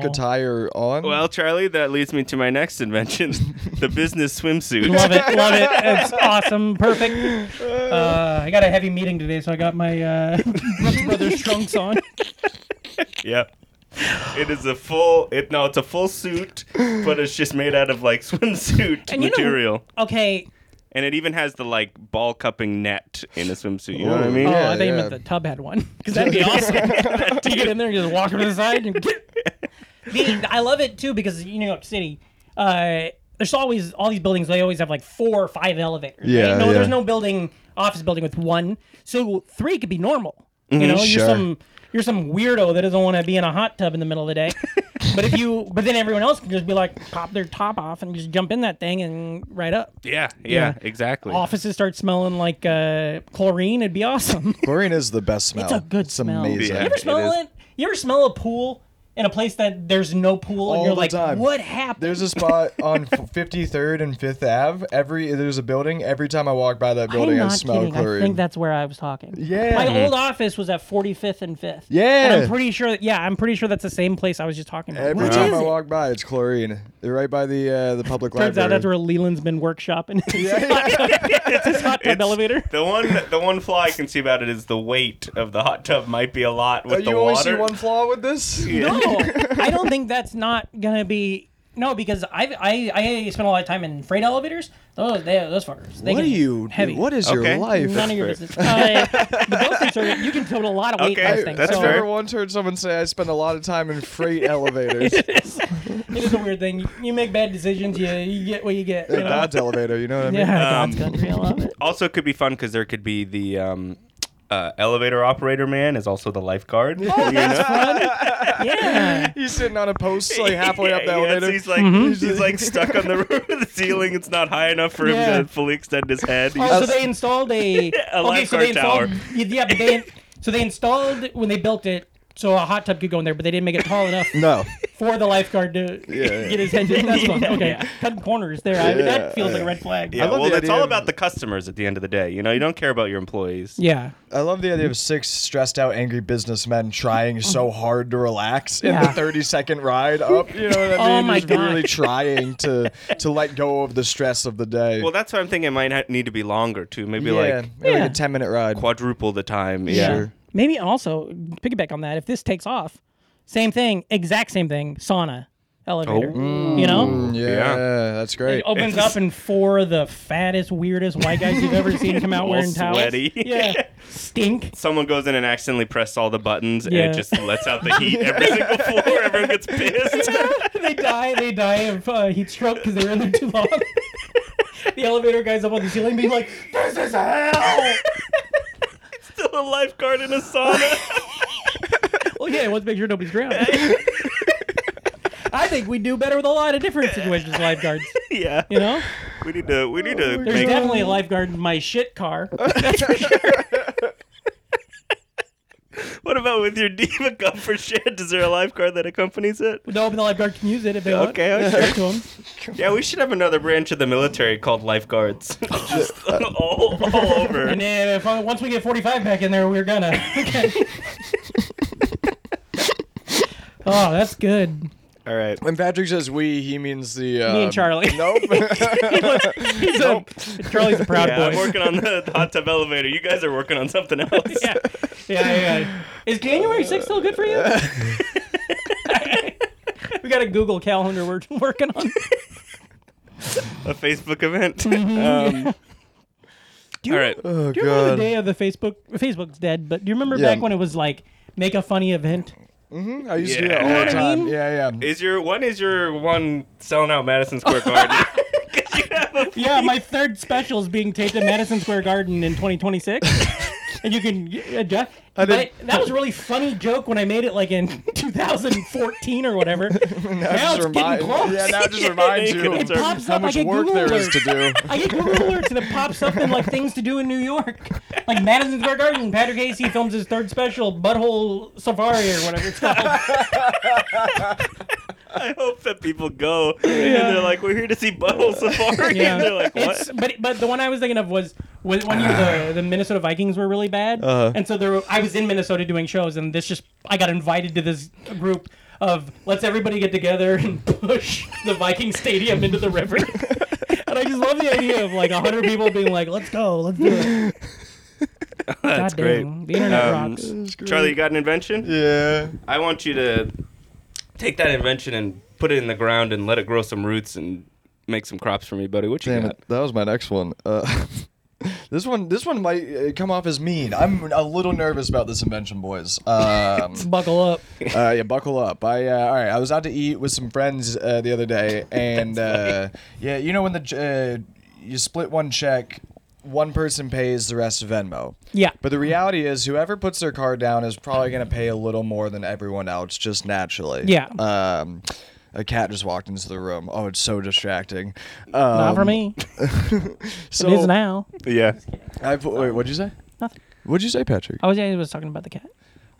G: No.
H: attire on?
F: Well, Charlie, that leads me to my next invention the business swimsuit.
G: love it, love it. It's awesome, perfect. Uh, I got a heavy meeting today, so I got my uh, Brooks Brothers trunks on.
F: yep. It is a full, it no, it's a full suit, but it's just made out of like swimsuit
G: And you know-
F: material.
G: Okay.
F: and it even has the like ball cupping net in a swimsuit. You know what I
H: Ooh.
F: mean?
G: Oh,
H: Yeah,
G: I thought you
H: yeah.
G: meant the tub had one, because that'd be awesome. you get in there and just walk over to the side and The- I love it too because in New York City, uh, there's always all these buildings. They always have like four or five elevators. right?
H: Yeah,
G: No,
H: yeah.
G: there's no building office building with one. So three could be normal. you know,
H: Mm-hmm, sure.
G: you're some you're some weirdo that doesn't want to be in a hot tub in the middle of the day. but if you, but then everyone else can just be like, pop their top off and just jump in that thing and right up.
F: Yeah, yeah, exactly.
G: Offices start smelling like uh, chlorine. It'd be awesome.
H: Chlorine is the best smell.
G: It's a good
H: it's
G: smell.
H: Amazing.
F: Yeah.
G: You ever
F: It
G: smell
F: is.
G: it? You ever smell a pool in a place that there's no pool and
H: All
G: you're
H: the
G: like,
H: time.
G: what happened?
H: There's a spot on f- 53rd and 5th Ave. Every there's a building. Every time I walk by that building,
G: I'm
H: I
G: not
H: smell
G: kidding.
H: chlorine.
G: I think that's where I was talking.
H: Yeah.
G: My old office was at 45th and 5th.
H: Yeah.
G: And I'm pretty sure. Yeah, I'm pretty sure that's the same place I was just talking about.
H: Every
G: What
H: time
G: is
H: I
G: it?
H: walk by, it's chlorine. They're right by the uh, the public
G: Turns out
H: library.
G: that's where Leland's been workshopping. it's his hot tub
F: It's-
G: elevator.
F: The one, the one flaw I can see about it is the weight of the hot tub might be a lot with
H: Oh,
F: the
H: you only
F: water.
H: see one flaw with this?
G: No, I don't think that's not gonna be. No, because I've, I I spent a lot of time in freight elevators. Those they, those fuckers. They
H: What are
G: can-
H: you?
G: Heavy.
H: What is
F: Okay.
H: your life?
G: None of your business. Uh, the boat things are you can total a lot of weight
F: Okay,
G: in those things.
F: that's
G: so
H: I've never
F: fair.
H: once heard someone say I spend a lot of time in freight elevators.
G: It is a weird thing. You, you make bad decisions. You you get what you get. You know?
H: God's elevator, you know what I mean?
G: yeah,
F: Um,
G: God's country. I love it.
F: Also, it could be fun because there could be the um, uh, elevator operator man is also the lifeguard. Oh,
G: Yeah.
H: He's sitting on a post like halfway up the elevator.
F: he's like
G: Mm-hmm.
F: he's just like stuck on the roof of the ceiling. It's not high enough for
G: Yeah.
F: him to fully extend his head.
G: Oh, so they installed a, okay. So
F: lifeguard
G: they installed
F: tower.
G: yeah, yeah, but they so they installed when they built it so a hot tub could go in there, but they didn't make it tall enough
H: no.
G: for the lifeguard to
H: Yeah.
G: get his head. in. That's fun. Okay, cutting corners there. I,
H: Yeah,
G: that feels like a
H: yeah.
G: red flag.
F: yeah,
H: love
F: well,
H: the
F: it's all
H: idea.
F: about the customers at the end of the day. You know, you don't care about your employees.
G: Yeah.
H: I love the idea of six stressed out, angry businessmen trying so hard to relax in
G: Mm-hmm. Yeah.
H: the 30 second ride up. You know what I
G: Oh
H: mean?
G: my
H: Just really
G: God.
H: trying to, to let go of the stress of the day.
F: Well, that's what I'm thinking. It might ha- need to be longer too. Maybe
H: yeah,
F: like
H: maybe
G: Yeah.
H: like a 10 minute ride.
F: quadruple the time.
G: Yeah.
H: Sure.
G: Maybe also piggyback on that. If this takes off, same thing, exact same thing. Sauna elevator. You
F: Mm.
G: know,
H: Mm, Yeah,
F: Yeah.
H: that's great.
G: it opens up and four of the fattest, weirdest white guys you've ever seen come out
F: All
G: wearing towels.
F: sweaty.
G: Yeah, stink.
F: Someone goes in and accidentally presses all the buttons,
G: Yeah.
F: and it just lets out the heat every single floor. Everyone gets pissed.
G: they die. They die of uh, heat stroke because they were in there too long. the elevator guy's up on the ceiling, being like, "This is hell."
F: Still a lifeguard in a sauna.
G: Well, "Oh, yeah, let's make sure nobody's drowned. I think we do better with a lot of different situations, lifeguards.
F: yeah.
G: You know,
F: We need to. We need to
G: there's
F: make. Oh,
G: definitely a lifeguard in my shit car.
F: What about with your diva cup for shit? Is there a lifeguard that accompanies it?
G: No, but the lifeguard can use it if they want.
F: Okay, oh,
G: Up to 'em.
F: Yeah, we should have another branch of the military called lifeguards. Just
G: Uh,
F: all, all over.
G: And then if, once we get 45 back in there, we're gonna. Okay. oh, that's good.
F: All right.
H: When Patrick says we, he means the.
G: Me
H: um,
G: and Charlie.
H: Nope.
G: He's a- Charlie's a proud
F: Yeah, I'm
G: boy.
F: working on the, the hot tub elevator. You guys are working on something else.
G: yeah. yeah, yeah, yeah. Is January 6th still good for you? we got a Google calendar we're working on.
F: A Facebook event. Um,
G: Mm-hmm. Do you,
F: all right.
H: oh,
G: do you remember the
H: God.
G: day of the Facebook? Facebook's dead, but do you remember
H: Yeah.
G: back when it was like make a funny event?
H: I used to
F: Yeah. You
H: do that all the
F: know
G: what I
H: time.
G: mean?
H: Yeah, yeah.
F: Is your when is your one selling out Madison Square Garden? 'Cause you have a-
G: Yeah, my third special is being taped at Madison Square Garden in 2026. and you can adjust.
H: I
G: But
H: didn't-
G: that was a really funny joke when I made it like in 2014 or whatever. now
H: Just
G: it's
H: remind-
G: getting close.
H: Yeah, now it just reminds you
F: It
H: of
G: pops
H: how
G: up
H: much
G: like a
H: work
G: Google
H: there is to do.
G: I get Google alerts and it pops up in like things to do in New York, like Madison Square Garden. Patrick Casey films his third special, Butthole Safari or whatever it's called.
F: I hope that people go and they're like, we're here to see Butthole Safari.
G: Yeah.
F: And they're like, what?
G: It's- but but the one I was thinking of was was when you, the the Minnesota Vikings were really bad,
F: Uh-huh.
G: and so there were, I was in Minnesota doing shows, and this just I got invited to this group of let's everybody get together and push the Viking Stadium into the river. And I just love the idea of like hundred people being like, "Let's go, let's do it."
F: That's
G: God
F: great.
G: dang, the internet
F: Um,
G: rocks.
F: Charlie, you got an invention?
H: Yeah.
F: I want you to take that invention and put it in the ground and let it grow some roots and make some crops for me, buddy. What you
H: Damn
F: got?
H: it. That was my next one. Uh, this one, this one might uh, come off as mean. I'm a little nervous about this invention, boys. Um,
G: Buckle up.
H: uh, yeah, buckle up. I uh, all right. I was out to eat with some friends uh, the other day, and uh, yeah, you know when the uh, you split one check, one person pays the rest of Venmo.
G: Yeah.
H: But the reality is, whoever puts their card down is probably going to pay a little more than everyone else, just naturally.
G: Yeah.
H: Um, a cat just walked into the room. Oh, it's so distracting. Um,
G: Not for me.
H: So
G: it is now.
F: Yeah.
H: I put, wait, what'd you say?
G: Nothing.
H: What'd you say, Patrick?
G: I was I was talking about the cat.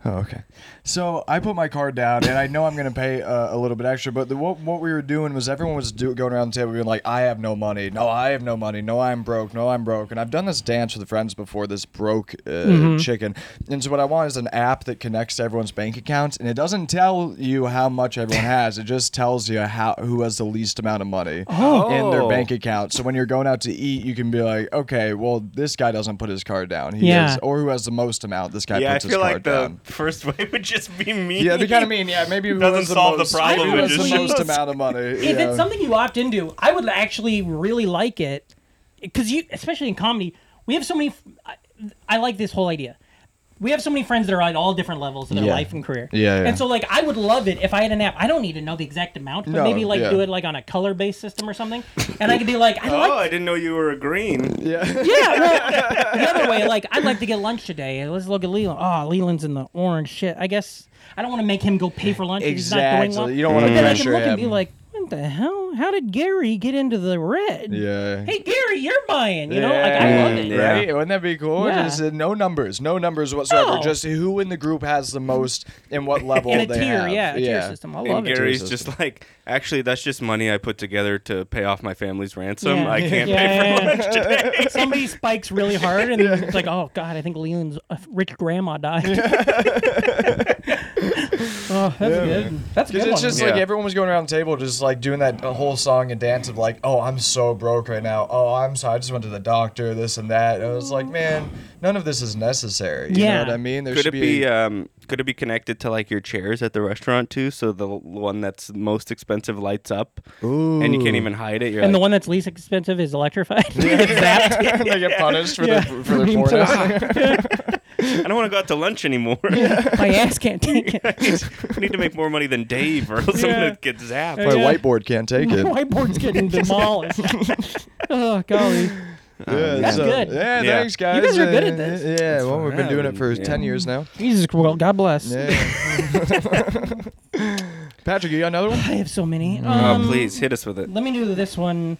H: Oh, okay. So I put my card down, and I know I'm going to pay uh, a little bit extra. But the, what, what we were doing was everyone was do, going around the table, being like, "I have no money. No, I have no money. No, I'm broke. No, I'm broke." And I've done this dance with friends before. This broke uh, chicken. And so what I want is an app that connects to everyone's bank accounts, and it doesn't tell you how much everyone has. It just tells you how who has the least amount of money in their
F: Oh.
H: bank account. So when you're going out to eat, you can be like, "Okay, well, this guy doesn't put his card down. He
G: Yeah.
H: is, or who has the most amount. This guy
F: yeah, I
H: puts
F: feel
H: his
F: like
H: card
F: the
H: down."
F: first way would just be me.
H: Yeah, they kind of mean. Yeah, maybe who
F: Doesn't
H: has
F: solve the
H: most-
F: problem,
H: Who
G: it
H: has
G: just
H: the most
F: shows.
H: amount of money?
G: if
H: yeah.
G: it's something you opt into, I would actually really like it because you, especially in comedy, we have so many. I, I like this whole idea. We have so many friends that are at all different levels in their
H: Yeah.
G: life and career.
H: Yeah, yeah.
G: And so, like, I would love it if I had an app. I don't need to know the exact amount, but
H: No,
G: maybe like
H: yeah.
G: do it like on a color based system or something, and I could be like, I
F: Oh,
G: like.
F: I didn't know you were a green.
H: yeah.
G: Yeah, well, the other way, like I'd like to get lunch today. and Let's look at Leland. Oh, Leland's in the orange shit. I guess I don't want to make him go pay for lunch. if He's not going well.
H: Exactly. You don't want to
G: But then I can
H: pressure
G: look and
H: him.
G: be like, what the hell? How did Gary get into the red?
H: yeah.
G: Hey, Gary, you're buying. You know, like I love it.
F: Yeah.
H: Right? Wouldn't that be cool?
G: Yeah.
H: Just uh, no numbers, no numbers whatsoever.
G: No.
H: Just who in the group has the most and what level
G: In a
H: they
G: tier,
H: have.
G: yeah, a tier system. I love
F: And
G: it.
F: Gary's
H: system.
F: just like, actually, that's just money I put together to pay off my family's ransom.
G: Yeah.
F: I can't
G: Yeah,
F: pay for
G: yeah, yeah.
F: lunch today.
G: Somebody spikes really hard, and it's like, oh god, I think Leland's uh, rich grandma died. oh, that's good. That's a
H: Because
G: good
H: it's
G: one.
H: just like
F: Yeah.
H: everyone was going around the table, just like doing that whole song and dance of like, oh, I'm so broke right now. Oh, I'm so I just went to the doctor, this and that. And I was like, man, none of this is necessary. You
G: Yeah.
H: know what I mean? There
F: Could
H: should
F: it be um, could it be connected to like your chairs at the restaurant too? So the l- one that's most expensive lights up, and you can't even hide it. You're
G: and the
F: like,
G: one that's least expensive is electrified. Zapped.
H: they get punished for
G: Yeah.
H: their for their
G: Being
H: poorness.
G: poor.
F: I don't want to go out to lunch anymore.
G: My ass can't take it.
F: I need to make more money than Dave, or else I'm gonna get zapped.
H: My
G: Yeah.
H: whiteboard can't take it.
G: Whiteboard's getting demolished. oh golly.
H: Oh, Yeah, that's
G: good.
H: Yeah,
F: Yeah.
H: thanks, guys.
G: guys are good at
H: Uh,
G: this.
H: Yeah, well, we've been
F: Yeah,
H: doing it for
F: yeah.
H: 10 years now.
G: Jesus well, God bless.
H: Yeah. Patrick, you got another one?
G: I have so many.
F: Oh,
G: Um,
F: please hit us with it.
G: Let me do this one.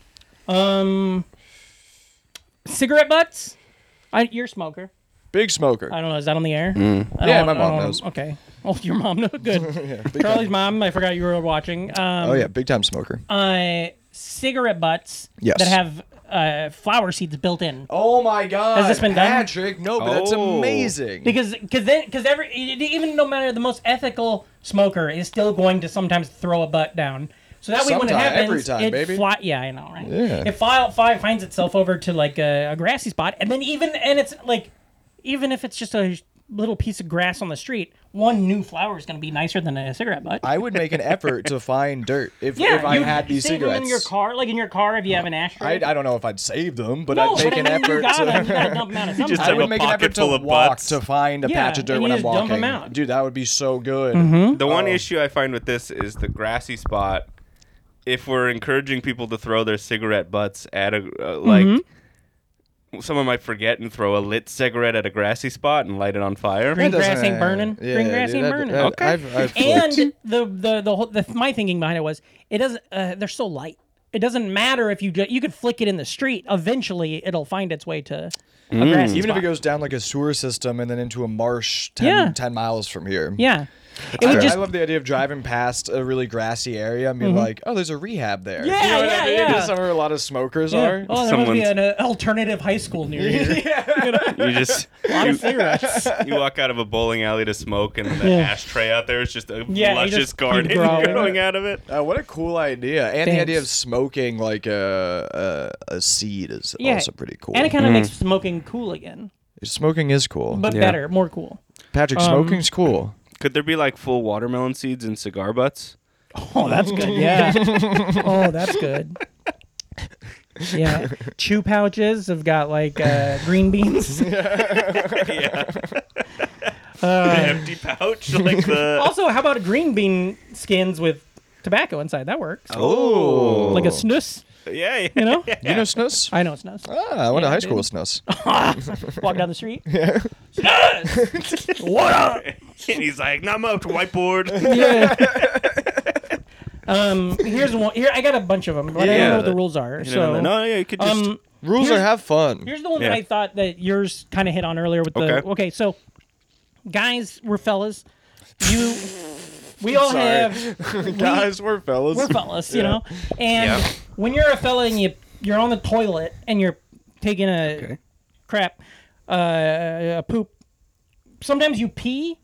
G: Um, cigarette butts. I, you're a smoker.
H: Big smoker.
G: I don't know. Is that on the air? I
H: Yeah,
G: don't-
H: Mm. my
G: I don't
H: mom
G: know.
H: knows.
G: Okay. Oh, your mom knows. Good.
H: Yeah, big
G: Charlie's
H: time.
G: mom. I forgot you were watching. Um,
H: Oh, yeah, big time smoker.
G: Uh, cigarette butts
H: Yes.
G: that have uh, flower seeds built in.
H: Oh, my God.
G: Has this been done?
H: Patrick, no, but that's
F: Oh.
H: amazing.
G: Because, because then, because every it- it- even no matter the most ethical smoker is still going to sometimes throw a butt down. So that way, when
H: Sometime,
G: it happens,
H: every time,
G: it
H: baby.
G: fly- Yeah, I know, right?
H: Yeah.
G: It fly- fly- finds itself over to like a, a grassy spot, and then even and it's like, even if it's just a little piece of grass on the street, one new flower is going to be nicer than a cigarette butt.
H: I would make an effort to find dirt if,
G: yeah,
H: if I
G: you
H: had these
G: save them in your
H: cigarettes.
G: car, like in your car, if you have an
H: I,
G: ashtray.
H: I don't know if I'd save them, but
G: no,
H: I'd make
G: but I
H: an
G: mean, you
H: effort
G: gotta,
H: to.
G: you gotta dump them out at some
F: just
H: I
G: time.
F: have a
H: would make an
F: pocket
H: effort to
F: full of
H: walk
F: butts.
H: to find a
G: Yeah,
H: patch of dirt
G: and
H: when
G: you
H: I'm
G: just dump 'em
H: walking.
G: out. Mm-hmm.
H: Dude, that would be so good.
F: The
G: Oh.
F: one issue I find with this is the grassy spot. If we're encouraging people to throw their cigarette butts at a uh, like,
G: Mm-hmm.
F: someone might forget and throw a lit cigarette at a grassy spot and light it on fire.
G: Green
H: That doesn't-
G: grass ain't burning.
H: Yeah,
G: Green grass
H: dude,
G: ain't
H: I'd-
G: burning.
H: I'd-
F: Okay.
H: I've- I've
G: and
H: flipped.
G: the the the whole the, my thinking behind it was it doesn't uh, they're so light it doesn't matter if you ju- you could flick it in the street eventually it'll find its way to a
F: Mm.
G: grassy
H: Even if
G: spot.
H: it goes down like a sewer system and then into a marsh 10,
G: Yeah.
H: 10 miles from here.
G: yeah it would
H: I,
G: just Mm-hmm.
H: I love the idea of driving past a really grassy area and being like, oh, there's a rehab there.
G: Yeah,
H: you know what
G: yeah,
H: I mean?
G: yeah.
H: Just somewhere a lot of smokers
G: yeah.
H: are.
G: oh there must be
F: Someone's-
G: an uh, alternative high school near here
F: You just you,
G: cigarettes
F: you walk out of a bowling alley to smoke, and the ashtray out there is just a
G: Yeah, you
F: luscious
G: just keep
F: garden
G: growing.
F: growing out of it.
H: Uh, what a cool idea. And the
G: Thanks.
H: idea of smoking like a, a, a seed is
G: yeah
H: also pretty cool.
G: and it kind of makes smoking cool again
H: smoking is cool.
G: but um,
F: Yeah.
G: better more cool
H: Patrick, smoking's cool.
F: Could there be like full watermelon seeds and cigar butts?
G: oh that's good yeah oh that's good. Yeah, chew pouches have got like uh, green beans.
F: yeah,
G: Uh,
F: empty pouch like the.
G: Also, how about green bean skins with tobacco inside? That works.
F: Oh,
G: Like a snus,
F: yeah, yeah.
G: you know?
H: You know snus?
G: I know snus.
H: Ah, I went
G: Yeah,
H: to high
G: dude.
H: school with snus.
G: Walk down the street.
F: And he's like, "Not my whiteboard."
G: Yeah. um, here's one. Here, I got a bunch of them. I don't
F: Yeah.
G: know what the rules are. So,
F: no, yeah, you could just.
G: um,
H: Rules are
G: Here's-
H: have fun.
G: here's the one
F: Yeah.
G: that I thought that yours kind of hit on earlier with the.
F: Okay.
G: Okay, so guys, we're fellas. You, we all
H: Sorry.
G: have
H: Guys, we're fellas.
G: we're fellas, you know. And
F: Yeah.
G: when you're a fella and you you're on the toilet and you're taking a crap, uh, a poop, sometimes you pee,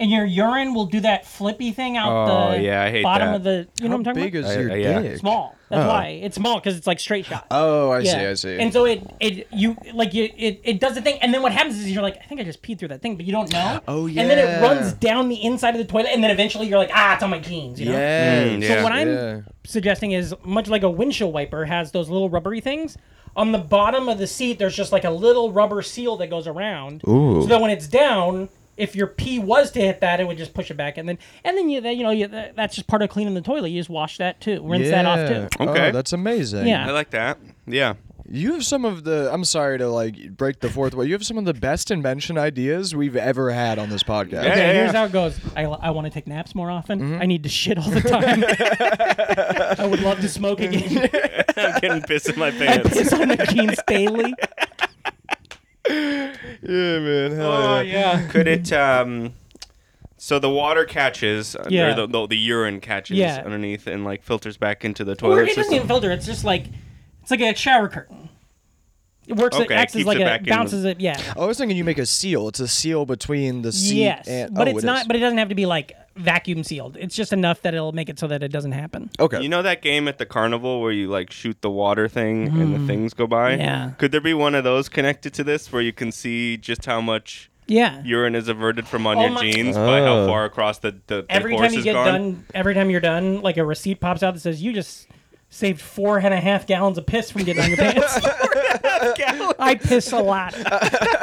G: and your urine will do that flippy thing out
F: Oh,
G: the
F: yeah, I hate
G: bottom
F: that.
G: of the. You know what I'm talking
H: big
G: about?
H: is your
F: I- yeah.
H: dick?
G: small. That's why it's small because it's like straight shot.
H: Oh, I see,
G: Yeah.
H: I see.
G: And so it it you like you it, it does the thing, and then what happens is you're like, I think I just peed through that thing, but you don't know.
H: Oh,
G: And then it
H: yeah.
G: runs down the inside of the toilet, and then eventually you're like, ah, it's on my jeans. You know?
H: Yes.
F: Mm, So yeah.
G: what I'm-
H: Yeah.
G: suggesting is much like a windshield wiper has those little rubbery things. On the bottom of the seat, there's just like a little rubber seal that goes around.
H: Ooh.
G: So that when it's down, if your pee was to hit that, it would just push it back, and then and then you you know you, that's just part of cleaning the toilet. You just wash that too, rinse that off too.
H: Yeah.
F: Okay.
H: Oh, that's amazing.
G: Yeah.
F: I like that. Yeah.
H: You have some of the I'm sorry to like break the fourth wall. You have some of the best invention ideas we've ever had on this podcast.
F: Yeah.
G: Okay, here's how it goes. I, I want to take naps more often.
H: Mm-hmm.
G: I need to shit all the time. I would love to smoke again.
F: I'm getting pissed in my
G: I
F: pants.
G: piss on my jeans daily.
H: Yeah, man. Hell yeah.
G: Oh, yeah.
F: Could it? Um, so the water catches, uh,
G: Yeah.
F: or the, the, the urine catches
G: Yeah.
F: underneath and like filters back into the
G: Or
F: toilet
G: it doesn't
F: system.
G: even filter. It's just like it's like a shower curtain. It works.
F: Okay,
G: it acts as
F: keeps
G: like
F: it
G: a
F: back in.
G: bounces it. Yeah.
H: I was thinking you make a seal. It's a seal between the seat
G: yes,
H: and
G: but
H: oh,
G: it's
H: it
G: not.
H: is.
G: But it doesn't have to be like vacuum sealed. It's just enough that it'll make it so that it doesn't happen.
H: Okay.
F: You know that game at the carnival where you like shoot the water thing and the things go by?
G: Mm. Yeah.
F: Could there be one of those connected to this where you can see just how much
G: Yeah.
F: urine is averted from on
G: Oh
F: your
G: my-
F: jeans by how
H: Oh.
F: far across the, the, the
G: every
F: course
G: time you
F: is
G: get
F: gone?
G: done, every time you're done, like a receipt pops out that says you just saved four and a half gallons of piss from getting on your pants. I piss a lot.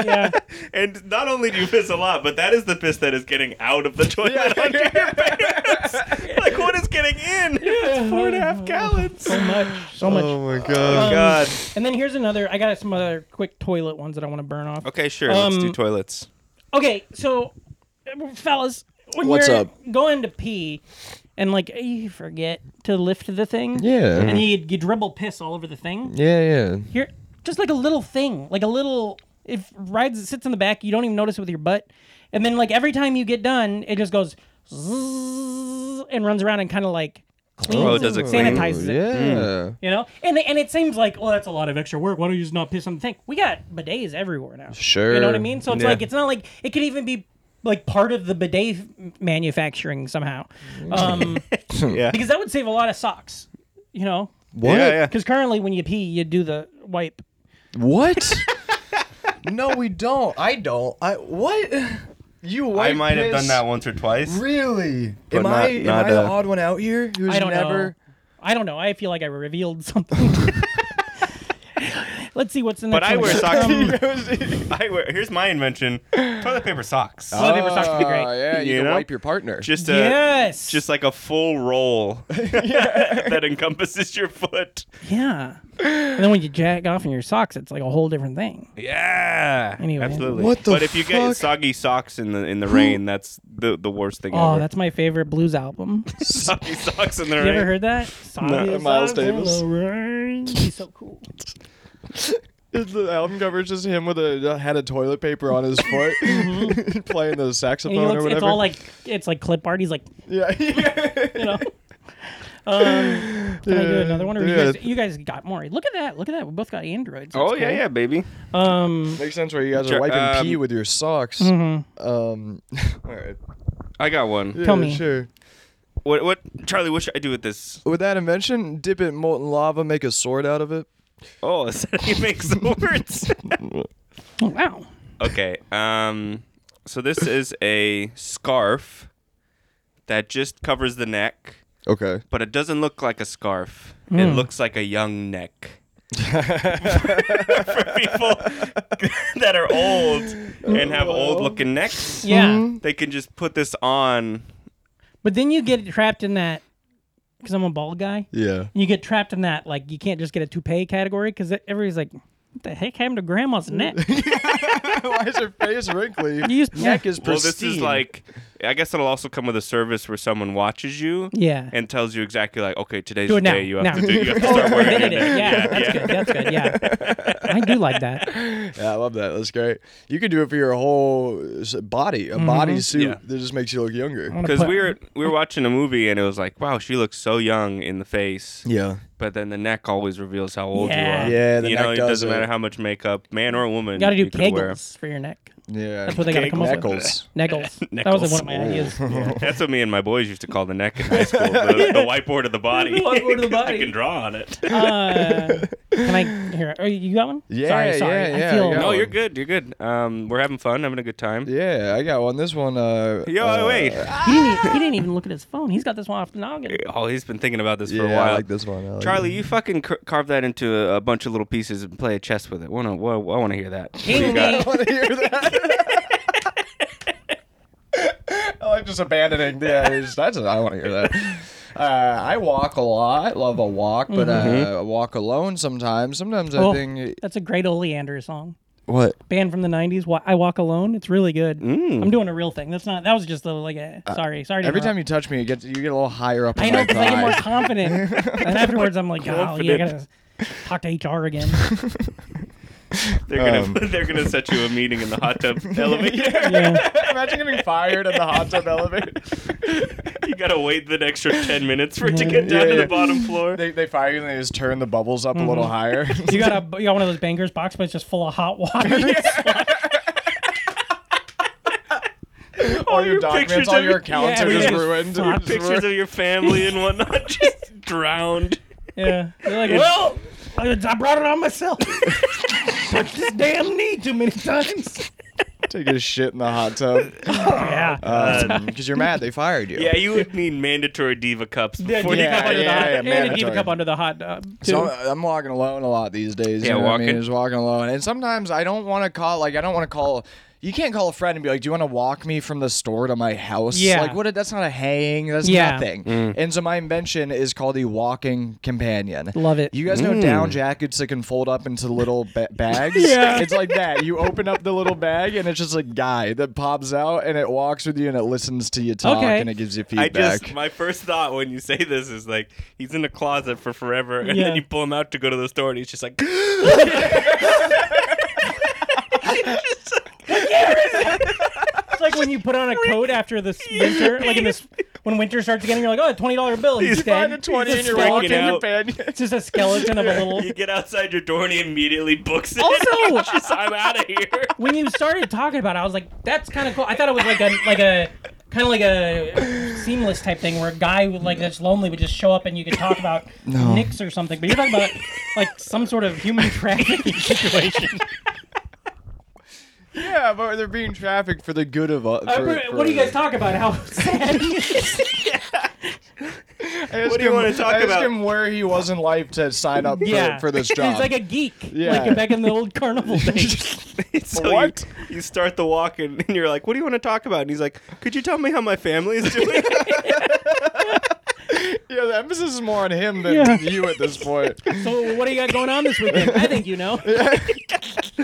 G: Yeah.
F: And not only do you piss a lot, but that is the piss that is getting out of the toilet under your pants. like what is getting in? It's four and a half gallons.
G: So much. So much.
H: my god.
F: Oh God.
G: And then here's another. I got some other quick toilet ones that I want to burn off.
F: Okay, sure. let's do toilets.
G: Okay, so uh, fellas, when
H: What's
G: you're
H: up?
G: going to pee, and like you forget to lift the thing,
J: Yeah.
G: and you, you dribble piss all over the thing.
J: Yeah, yeah.
G: Here, just like a little thing, like a little. If rides it sits in the back, you don't even notice it with your butt, and then like every time you get done, it just goes zzzz and runs around and kind of like cleans
F: Oh,
G: and
F: does it clean?
G: sanitizes it.
J: Yeah.
F: Mm.
G: You know, and and it seems like, well, that's a lot of extra work. Why don't you just not piss on the thing? We got bidets everywhere now. you know what I
J: Sure.
G: mean. So it's
F: Yeah.
G: like it's not like it could even be like part of the bidet f- manufacturing somehow, um,
F: Yeah.
G: because that would save a lot of socks. You know,
J: What?
F: Yeah, yeah.
G: because currently when you pee, you do the wipe.
J: What?
H: No, we don't. I don't. I what?
F: I
H: You white
F: might have done
H: piss?
F: that once or twice.
H: Really?
F: But
H: am
F: not-
H: I am
F: not,
H: I the
F: uh,
H: odd one out here? Who's
G: I don't
H: never
G: know. I don't know. I feel like I revealed something. Let's see what's in the
F: But I
G: next one.
F: wear socks.
G: Um,
F: I wear. Here's my invention: toilet paper socks.
G: toilet paper socks would be great.
H: Uh,
J: Ah, yeah, you,
F: You
J: can
F: know?
J: wipe your partner.
F: Uh, Just a,
G: yes.
F: just like a full roll that encompasses your foot.
G: yeah. And then when you jack off in your socks, it's like a whole different thing.
F: Yeah.
G: Anyway.
F: Absolutely.
J: What the
F: but if you
J: fuck?
F: get soggy socks in the in the rain, that's the the worst thing
G: Oh,
F: ever.
G: that's my favorite blues album.
F: soggy socks in the
G: You
F: rain.
G: ever heard that? Sorry,
H: Miles
G: sorry,
H: Davis.
G: Lorraine. He's so cool.
H: the album cover is just him with a had a toilet paper on his foot playing the
G: Mm-hmm. And he
H: saxophone or
G: looks,
H: whatever.
G: it's all like it's like clip art. He's like,
H: yeah.
G: you know. Um, can I do another one? Or you,
H: Yeah.
G: guys, you guys got more? Look at that! Look at that! We both got androids. That's
F: Oh yeah, yeah, baby.
G: cool. Um,
H: Makes sense where you guys
F: Sure,
H: are wiping
F: um,
H: pee with your socks. Um, all right.
F: I got one.
G: Mm-hmm. Tell
H: Yeah,
G: me.
H: Sure.
F: What what Charlie? What should I do with this?
H: With that invention, dip it in molten lava, make a sword out of it.
F: Oh, is that how you make swords?
G: oh, wow.
F: okay. Um. So this is a scarf that just covers the neck,
H: Okay.
F: but it doesn't look like a scarf. It
G: Hmm.
F: looks like a young neck. For people that are old and have old-looking necks,
G: Yeah,
F: they can just put this on.
G: but then you get trapped in that because I'm a bald guy.
H: Yeah.
G: You get trapped in that like you can't just get a toupee category because everybody's like, what the heck happened to grandma's neck?
H: Why is your face wrinkly?
G: You used-
H: Neck is pristine.
F: Well, this is like, I guess it'll also come with a service where someone watches you.
G: yeah.
F: and tells you exactly like, okay, today's
G: Do
F: the
G: it now.
F: day you have
G: now.
F: to do. You have to
G: Oh,
F: start
G: it's
F: wearing it.
G: preventative.
F: now.
G: Yeah,
F: yeah.
G: that's good. That's good. Yeah, I do like that.
H: Yeah, I love that. That's great. You could do it for your whole uh, body, a body suit
F: Yeah.
H: that just makes you look younger.
G: Mm-hmm. wanna
F: Because
G: put-
F: we were we were watching a movie and it was like, wow, she looks so young in the face,
H: Yeah.
F: but then the neck always reveals how old
G: Yeah.
F: you are.
H: Yeah, the
F: you know,
H: neck
F: it
H: does
F: doesn't
H: it.
F: matter how much makeup, man or woman,
G: You got to do
F: you could wear.
G: kegels for your neck.
H: Yeah.
G: That's what they got to come up with.
H: Knuckles.
G: Kegels. That was
F: Knuckles.
G: one of my ideas.
F: That's what me and my boys used to call the neck in high school, the, the whiteboard of the body.
G: The whiteboard of the
F: 'Cause
G: body.
F: I can draw on it.
G: Uh, can I hear? Oh, you got one?
H: Yeah,
G: Sorry, sorry.
H: yeah, yeah,
G: I feel.
H: yeah.
F: No, you're good. You're good. Um, we're having fun, having a good time.
H: Yeah, I got one. This one. Uh,
F: Yo,
H: uh,
F: wait.
G: He didn't, e- he didn't even look at his phone. He's got this one off the noggin.
F: Oh, he's been thinking about this
H: Yeah,
F: for a while.
H: I like this one. I like
F: Charlie, you fucking car- carve that into a, a bunch of little pieces and play a chess with it. Wanna, wa- I want to hear that. What do you got?
H: I want to hear that. oh, I'm just abandoning. Yeah, it's- that's. I want to hear that. Uh, I walk a lot. I love a walk, but uh, I walk alone sometimes. Sometimes
G: Mm-hmm. Oh,
H: I think.
G: that's a great Oleander song.
H: What?
G: Band from the '90s. Wa- I walk alone. It's really good. I'm doing a real thing. That's not. That was just a, like a. Sorry, sorry. to
H: Mm. Uh, Every
G: interrupt.
H: time you touch me, you get you get a little higher up.
G: I
H: in
G: know
H: my
G: because I get more
H: thigh.
G: confident. and afterwards, I'm like, oh, yeah, I gotta
F: confident.
G: talk to HR again.
F: They're gonna
H: Um,
F: they're gonna set you a meeting in the hot tub elevator.
G: Yeah.
H: Imagine getting fired in the hot tub elevator.
F: you gotta wait the extra ten minutes for it to get down
H: Yeah,
F: to
H: yeah.
F: the bottom floor.
H: They, they fire you and they just turn the bubbles up a little higher.
G: You got a you got one of those bangers box, but it's just full of hot water.
H: all your
F: your
H: documents,
F: pictures
H: all
F: of
H: your
F: your-
H: accounts
G: Yeah,
H: are just
G: yeah.
H: ruined.
G: Fuck.
H: Just
F: Pictures of your family and whatnot just drowned.
G: yeah. You're like, well, I I brought it on myself. Touched this damn knee too many times.
H: Take a shit in the hot tub. Uh,
G: Yeah.
H: Because Um, you're mad they fired you.
F: Yeah, you would need mandatory diva cups
G: Yeah,
F: before
G: Diva
H: yeah,
G: cup under the
H: yeah,
G: hot-
H: yeah,
G: and a Diva
H: mandatory.
G: cup under the hot tub. Too.
H: So uh, I'm- I'm walking alone a lot these days.
F: Yeah,
H: you know what I
F: walking.
H: mean? Just walking alone. And sometimes I don't want to call, like, I don't want to call. You can't call a friend and be like, "Do you want to walk me from the store to my house?"
G: Yeah.
H: Like, what? That's not a hang. That's
G: Yeah.
H: nothing. And so my invention is called the walking companion.
G: Love it.
H: You guys know down jackets that can fold up into little ba- bags.
G: Yeah.
H: It's like that. You open up the little bag and it's just a guy that pops out and it walks with you and it listens to you talk
G: Okay.
H: and it gives you
F: I
H: feedback.
F: just my first thought when you say this is like he's in a closet for forever, and
G: Yeah.
F: then you pull him out to go to the store, and he's just like,
G: It's like when you put on a coat after this winter, like in this when winter starts again, you're like, oh, a twenty dollar bill.
H: You
G: He's
H: find a
G: dead.
H: 20
G: It's
H: and you're
G: a
H: walking
G: skeleton.
F: out.
H: companion.
G: It's just a skeleton of a little.
F: you get outside your door and he immediately books it.
G: Also-
F: It's just, I'm out of here.
G: When you started talking about it, I was like, that's kind of cool. I thought it was like a like a kind of like a seamless type thing where a guy would, like that's lonely would just show up and you could talk about nicks or something. But you're talking about like some sort of human trafficking situation.
H: Yeah, but they're being trafficked for the good of us.
G: I remember- what do you guys talk about? How sad?
H: What
F: do you wanna talk
H: asked
F: about?
H: him where he was in life to sign up for-
G: yeah,
H: for, this
G: He's
H: job.
G: like a geek,
H: Yeah.
G: like back in the old carnival days.
F: So
H: What?
F: You, you start the walk and, and you're like, "What do you want to talk about?" And he's like, "Could you tell me how my family is doing?"
H: yeah, the emphasis is more on him than
G: Yeah.
H: you at this point.
G: so what do you got going on this weekend? I think you know.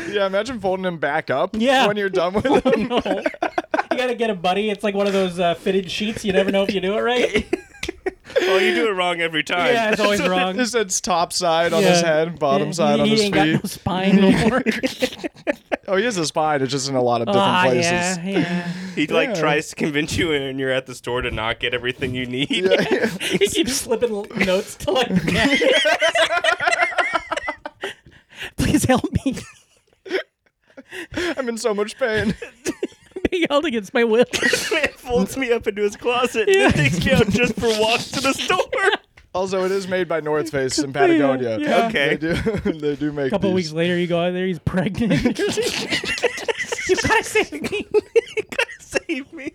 H: yeah, imagine folding him back up
G: Yeah. Oh,
H: when you're done with him.
G: No. You gotta get a buddy. It's like one of those uh, fitted sheets. You never know if you do it right.
F: oh, you do it wrong every time.
G: Yeah, it's always wrong.
H: This head's top side on his
G: Yeah.
H: head, bottom
G: Yeah,
H: side
G: he,
H: on
G: he
H: his
G: ain't got no
H: feet.
G: spine no more.
H: Oh, he has a spine. It's just in a lot of different
G: Ah,
H: places.
G: yeah, yeah.
F: he like
H: Yeah.
F: tries to convince you, and you're at the store to not get everything you need.
G: He keeps slipping l- notes to like. Please help me.
H: I'm in so much pain.
G: Being held against my will.
F: man folds me up into his closet and takes me out just for walks to the store.
H: Also, it is made by North Face in Patagonia.
G: Yeah.
F: Okay.
H: They do, they do make
G: A couple weeks
H: these.
G: later, you go out there. He's pregnant. you gotta save me.
F: Save me.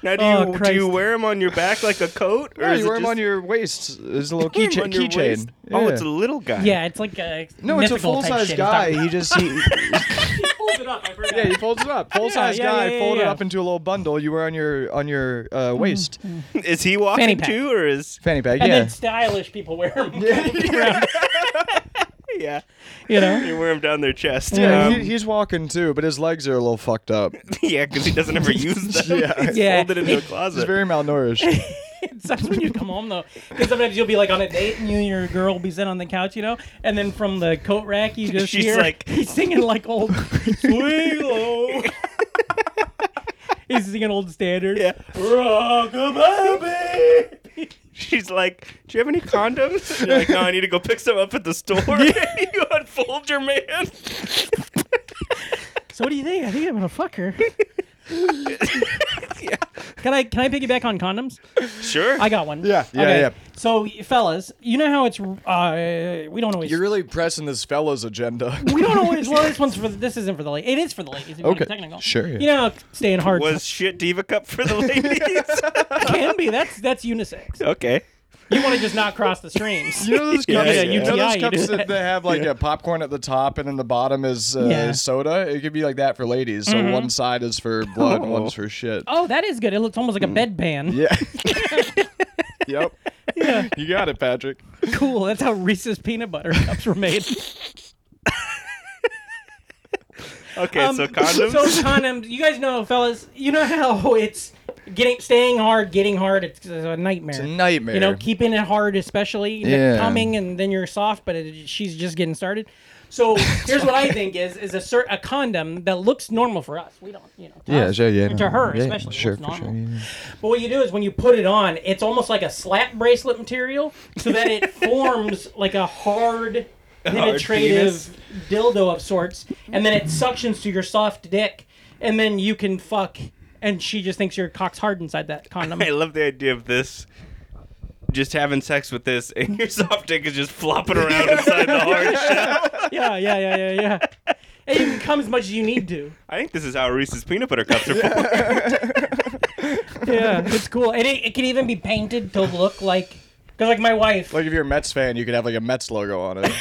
F: Now, do
G: Oh,
F: you
G: Christ.
F: do you wear them on your back like a coat, or
H: Yeah,
F: is
H: you
F: it
H: wear them
F: just-
H: on your waist. It's a little
F: You wear 'em on
H: keychain.
F: your waist?
H: keychain.
F: Oh,
H: Yeah.
F: it's a little guy.
G: Yeah, it's like a
H: No, it's a
G: mythical
H: full
G: type
H: size
G: shit.
H: guy.
G: He's not-
H: He just he,
G: He folds it up. I forgot.
H: yeah, he folds it up. Full size
G: yeah,
H: guy,
G: yeah, yeah,
H: fold it
G: yeah.
H: up into a little bundle you wear on your on your uh, waist.
F: Is he
G: Fanny
F: walking
G: pack.
F: too, or is
H: Fanny bag,
G: And
H: yeah.
G: then stylish people wear them. around,
F: yeah?
G: you know.
F: You wear them down their chest.
H: yeah,
F: Um,
H: he, he's walking too, but his legs are a little fucked up.
F: yeah, because he doesn't ever use them.
H: Yeah.
F: He's
G: Yeah.
F: folded into a
H: He's
F: closet.
H: very malnourished.
G: It sucks when you come home though, because sometimes you'll be like on a date and you and your girl will be sitting on the couch, you know, and then from the coat rack you just
F: She's
G: hear
F: like-
G: he's singing like old
F: Willow,
G: he's singing old standard.
F: yeah. Rockabye, baby. She's like, "Do you have any condoms?" And you're like, "No, I need to go pick some up at the store." you unfold your man.
G: So what do you think? I think I'm gonna fuck her. Can I can I piggyback on condoms?
F: Sure.
G: I got one.
H: Yeah, yeah, yeah.
G: So fellas, you know how it's uh, we don't always
H: You're really pressing this fella's agenda.
G: we don't always well this one's for this isn't for the ladies. It is for the ladies. If you want to be
H: Okay.
G: technical.
H: Sure, yeah.
G: You know, how staying hard
F: was shit diva cup for the ladies.
G: can be. That's that's unisex.
F: okay.
G: You want to just not cross the streams.
H: You know those
F: Yeah,
H: cups,
F: yeah,
H: you know
G: yeah.
H: those
G: Yeah, you
H: cups
G: do
H: that they have like a popcorn at the top and then the bottom is uh,
G: Yeah. Mm-hmm.
H: soda? It could be like that for ladies. So one side is for blood, and one's for shit.
G: Oh, that is good. It looks almost like a bedpan.
H: Yeah. yep. Yeah. You got it, Patrick.
G: Cool. That's how Reese's peanut butter cups were made.
F: Okay,
G: Um,
F: so condoms.
G: So condoms. You guys know, fellas. You know how it's getting, staying hard, getting hard. It's a nightmare.
H: Nightmare.
G: You know, keeping it hard, especially the
H: Yeah.
G: coming, and then you're soft, but it, she's just getting started. So here's what I think is is a cer- a condom that looks normal for us. We don't, you know. to
H: Yeah,
G: us.
H: sure, yeah,
G: To
H: no,
G: her,
H: yeah,
G: especially,
H: sure,
G: it
H: for
G: looks
H: sure,
G: normal.
H: yeah.
G: But what you do is when you put it on, it's almost like a slap bracelet material, so that it forms like a hard, penetrative
F: Oh, penis.
G: dildo of sorts, and then it suctions to your soft dick, and then you can fuck. And she just thinks your cock's hard inside that condom.
F: I love the idea of this. Just having sex with this, and your soft dick is just flopping around inside the hard shell.
G: yeah, yeah, yeah, yeah, yeah.
I: And you can come as much as you need to.
F: I think this is how Reese's peanut butter cups are formed.
I: Yeah.
G: It's cool. And it, it can even be painted to look like. Because, like, my wife.
H: Like if you're a Mets fan, you could have like a Mets logo on it.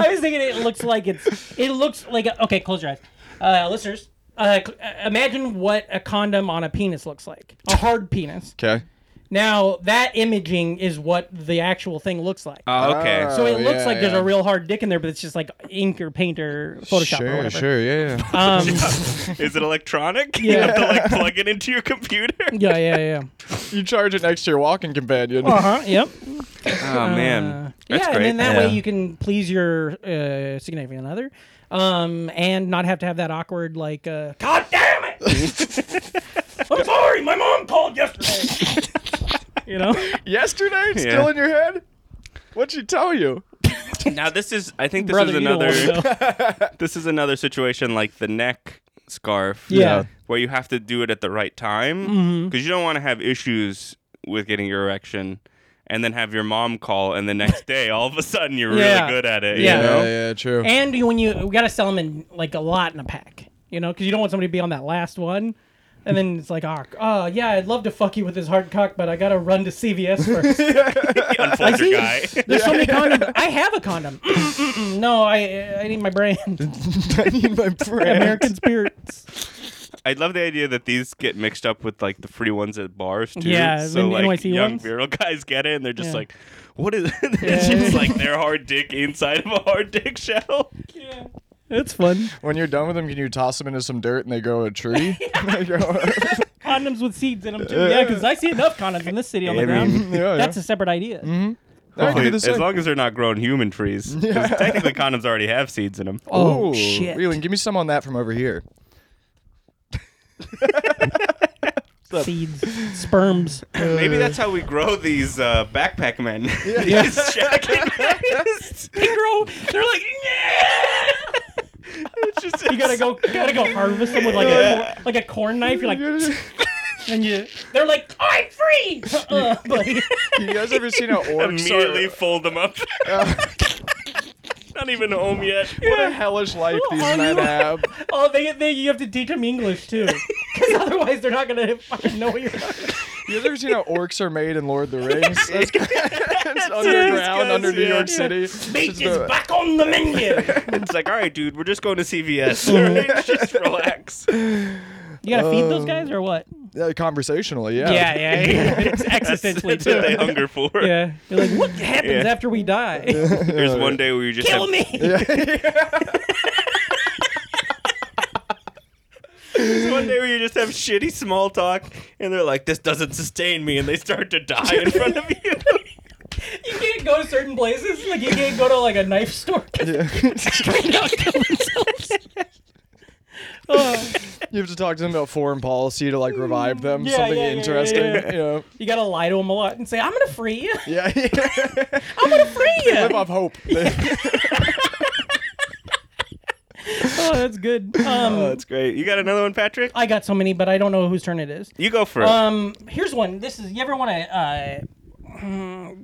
G: I was thinking it looks like it's. It looks like. a- okay, close your eyes, uh, listeners. Uh, cl- uh, imagine what a condom on a penis looks like. A hard penis.
H: Okay.
G: Now that imaging is what the actual thing looks like.
F: Oh, okay.
H: Ah.
G: so it
H: oh,
G: looks
H: yeah,
G: like there's
H: yeah.
G: a real hard dick in there, but it's just like ink or paint or Photoshop or
H: Sure,
G: whatever.
H: sure, yeah. yeah.
G: Um,
F: is it electronic? You have to like plug it into your computer.
G: yeah, yeah, yeah.
H: you charge it next to your walking companion.
G: Uh huh. Yep.
F: Oh man, that's
G: Uh, yeah,
F: great.
G: and then that way
H: Yeah.
G: you can please your uh, significant other, um, and not have to have that awkward like, uh, God damn it! I'm sorry, my mom called yesterday. you know,
H: Yesterday? Still
F: Yeah.
H: in your head? What'd she tell you?
F: now this is, I think this
G: brother,
F: is
G: you don't
F: another.
G: want to know.
F: This is another situation like the neck scarf.
G: Yeah. Mm-hmm.
F: Where you have to do it at the right time because you don't want to have issues with getting your erection, and then have your mom call, and the next day all of a sudden you're
G: Yeah.
F: really good at it.
G: Yeah.
F: You
H: Yeah,
F: know?
H: yeah, true.
G: And you, when you, we gotta sell them in like a lot in a pack, you know, because you don't want somebody to be on that last one. And then it's like, oh, oh, yeah, I'd love to fuck you with this hard cock, but I gotta run to CVS first.
F: Unfold your guy.
G: There's so many condoms. I have a condom. Mm, mm, mm. no, I, I need my brand.
H: I need my friend.
G: American spirits.
F: I love the idea that these get mixed up with like the free ones at bars too.
G: Yeah,
F: so
G: the
F: like
G: NYC
F: young
G: ones.
F: virile guys get it and they're just
G: Yeah.
F: like, "What is?" it's just like their hard dick inside of a hard dick shell.
G: It's fun.
H: When you're done with them, can you toss them into some dirt and they grow a tree? They grow-
G: Condoms with seeds in them too. Yeah, because I see enough condoms in this city on the
F: I
G: ground.
F: mean,
H: yeah,
G: That's
H: yeah.
G: a separate idea.
H: All right,
F: Hopefully,
H: do the
F: as
H: same.
F: long as they're not grown human trees, 'Cause technically condoms already have seeds in them.
G: Oh
H: Ooh,
G: shit!
H: Wheeling, give me some on that from over here.
G: Seeds, sperms.
F: Maybe that's how we grow these uh, backpack men. Yeah.
G: They grow. They're like, you gotta go, gotta go harvest them with like a cor- like a corn knife. You're like,
H: you
G: and you, they're like, I'm free. Uh, like,
H: guys ever seen an orc?
F: Immediately
H: Sorry.
F: fold them up. not even home yet.
H: What a hellish life these
G: Are
H: men
G: you-
H: have.
G: oh, they, they, you have to teach them English too, because otherwise they're not gonna fucking know what you're. Talking.
H: You guys ever seen how orcs are made in Lord of the Rings? That's it's underground
F: guys,
H: under New
F: yeah.
H: York City. Just
G: Meat is
H: the-
G: back on the menu.
F: It's like, all right, dude, we're just going to CVS. All right, just relax.
G: You gotta feed those guys or what?
H: Yeah, conversationally, yeah.
G: Yeah, yeah, yeah. it's existentially
F: That's what they
G: too.
F: hunger for.
G: Yeah, you're like, what happens
F: Yeah.
G: after we die?
F: There's one day where you just
G: Kill
F: have,
G: me.
F: there's one day where you just have shitty small talk, and they're like, "This doesn't sustain me," and they start to die in front of you.
G: You can't go to certain places. Like you can't go to like a knife store. Oh,
H: You have to talk to them about foreign policy to like revive them.
G: Yeah,
H: something
G: yeah, yeah, yeah,
H: interesting.
G: yeah.
H: You know.
G: you gotta lie to them a lot and say, "I'm gonna free you.
H: Yeah. yeah.
G: I'm gonna free
H: Live
G: you."
H: off hope.
G: oh, that's good. Um,
F: Oh, That's great. You got another one, Patrick?
G: I got so many, but I don't know whose turn it is.
F: You go for it.
G: Um, here's one. This is you ever want to uh,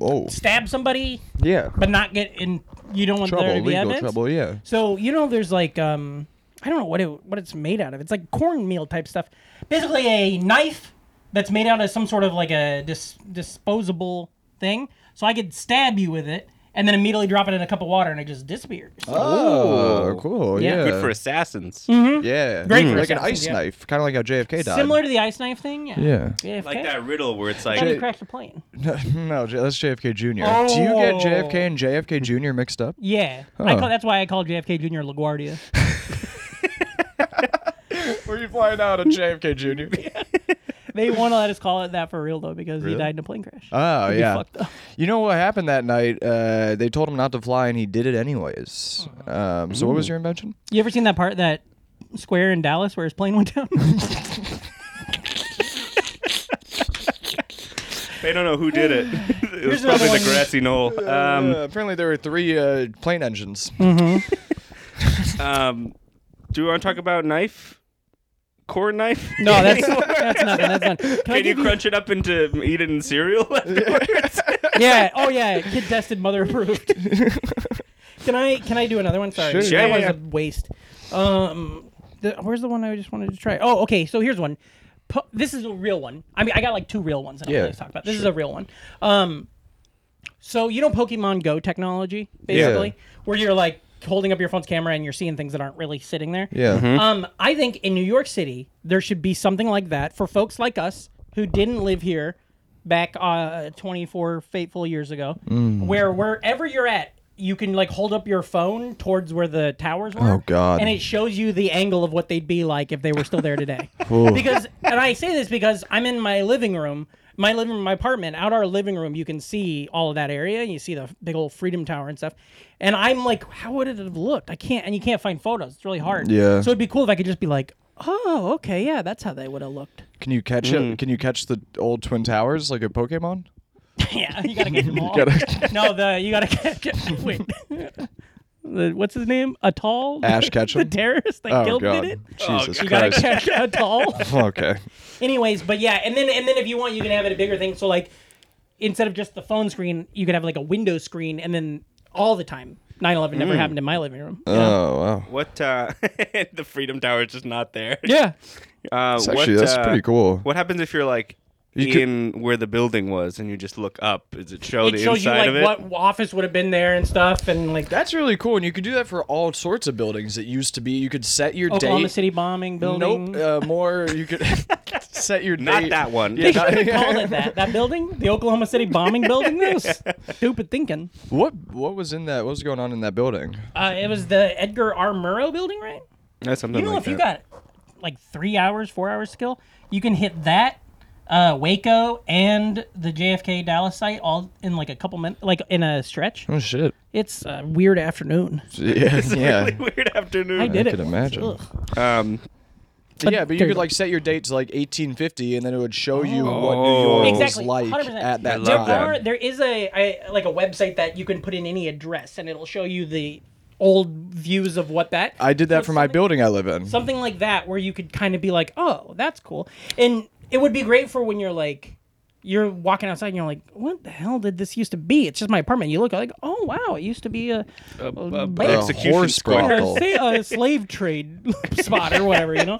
H: oh.
G: stab somebody
H: Yeah.
G: but not get in. You don't want there to be evidence.
H: yeah.
G: So you know, there's like um, I don't know what it what it's made out of. It's like cornmeal type stuff. Basically, a knife that's made out of some sort of like a dis- disposable thing. So I could stab you with it, and then immediately drop it in a cup of water, and it just disappears.
H: Oh, cool.
G: Yeah.
H: Yeah.
F: Good for assassins.
H: Yeah.
G: Great for
H: like an
G: assassins,
H: ice
G: yeah.
H: knife, kind of like how JFK died.
G: Similar to the ice knife thing. Yeah.
H: Yeah.
G: JFK.
F: Like that riddle where it's
G: How do
F: like,
G: you crash the plane?
H: no, J- that's JFK Jr. Do you get
G: Oh.
H: JFK and JFK Jr. mixed up?
G: Yeah, I
H: Huh.
G: call, that's why I call JFK Jr. LaGuardia.
H: Were you flying out of JFK Jr.?
G: they want to let us call it that for real though because he died in a plane crash.
H: Oh
G: It'd be
H: yeah.
G: fucked up.
H: You know what happened that night? Uh, they told him not to fly, and he did it anyways. Um, so what was your invention?
G: You ever seen that part that square in Dallas where his plane went down?
F: they don't know who did it. it was
G: Here's another
F: probably the
G: one.
F: grassy knoll. Um,
H: Uh, apparently, there were three uh, plane engines.
G: Hmm.
F: um, do you want to talk about knife? Core knife?
G: No, that's that's nothing. That's nothing. Can, I
F: Can you
G: give you-
F: crunch it up into eat it in cereal?
G: Yeah. Oh yeah. Kid tested, mother approved. Can Can I can I do another one? Sorry,
H: Sure.
G: that
F: Yeah, yeah,
G: one's
F: yeah.
G: a waste. Um, the, where's the one I just wanted to try? Oh, okay. So here's one. Po- this is a real one. I mean, I got like two real ones that
H: Yeah,
G: I want to talk about. This is a real one. Um, so you know Pokemon Go technology, basically, where you're like holding up your phone's camera and you're seeing things that aren't really sitting there.
H: Yeah.
G: Um, I think in New York City there should be something like that for folks like us who didn't live here back uh, 24 fateful years ago,
H: Mm.
G: where wherever you're at, you can like hold up your phone towards where the towers were.
H: Oh, God.
G: And it shows you the angle of what they'd be like if they were still there today. because, and I say this because I'm in my living room. My living room, my apartment, out our living room, you can see all of that area. You see the big old Freedom Tower and stuff. And I'm like, how would it have looked? I can't, and you can't find photos. It's really hard.
H: Yeah.
G: So it'd be cool if I could just be like, oh, okay, yeah, that's how they would have looked.
H: Can you catch
G: Mm.
H: it? Can you catch the old twin towers like a Pokemon?
G: yeah, you gotta get them all.
H: Gotta-
G: No, the you gotta get, get- wait. The, what's his name? Atal?
H: Ash Ketchum?
G: the terrorist that
H: Oh
G: killed
H: God,
G: did it.
H: Jesus
G: You gotta
H: Christ.
G: catch Atal.
H: okay.
G: Anyways, but yeah, and then and then if you want, you can have it a bigger thing. So like, instead of just the phone screen, you could have like a window screen, and then all the time. 9-11
F: Hmm.
G: never happened in my living room.
F: Uh,
G: you know?
H: Oh wow.
F: What uh, the Freedom Tower is just not there.
G: yeah.
F: Uh,
H: It's actually- that's pretty cool.
F: What happens if you're like
H: You could-
F: in where the building was and you just look up? Does it show
G: it
F: oh, the
G: shows you
F: inside
G: like
F: of it?
G: what office would have been there and stuff, and like
H: That's really cool, and you could do that for all sorts of buildings. It used to be you could set your
G: Oklahoma
H: date.
G: City bombing building.
H: Nope. Uh, more you could set your date.
F: Not that one.
H: Yeah, not-
G: They call it that. That building, the Oklahoma City bombing building. That was stupid thinking.
H: what what was in that? What was going on in that building?
G: Uh, it was the Edgar R. Murrow building, right?
F: That's something
G: You know,
F: like
G: if you
F: that.
G: got like three hours, four hours skill, you can hit that, uh, Waco, and the JFK Dallas site all in like a couple minutes, like in a stretch.
H: Oh shit.
G: It's a weird afternoon.
H: Yeah. yeah.
F: really weird afternoon.
G: I did
H: I
G: it.
H: could
G: once.
H: imagine.
G: Ugh.
F: Um,
H: But yeah, but you
G: there you
H: could
G: go.
H: like set your date to like 1850, and then it would show you what New York
G: Exactly,
H: was like
G: 100%.
H: at that
G: There
F: Oh. love that.
H: time.
G: are there is a, I- like a website that you can put in any address and it'll show you the old views of what that.
H: I did that for my
G: something-
H: building I live in.
G: something like that where you could kind of be like oh that's cool and it would be great for when you're like you're walking outside and you're like what the hell did this used to be it's just my apartment you look like oh wow it used to be a, a,
H: A
G: bank
F: execution
H: horse
F: squad.
G: or
H: brothel.
G: say a slave trade spot or whatever you know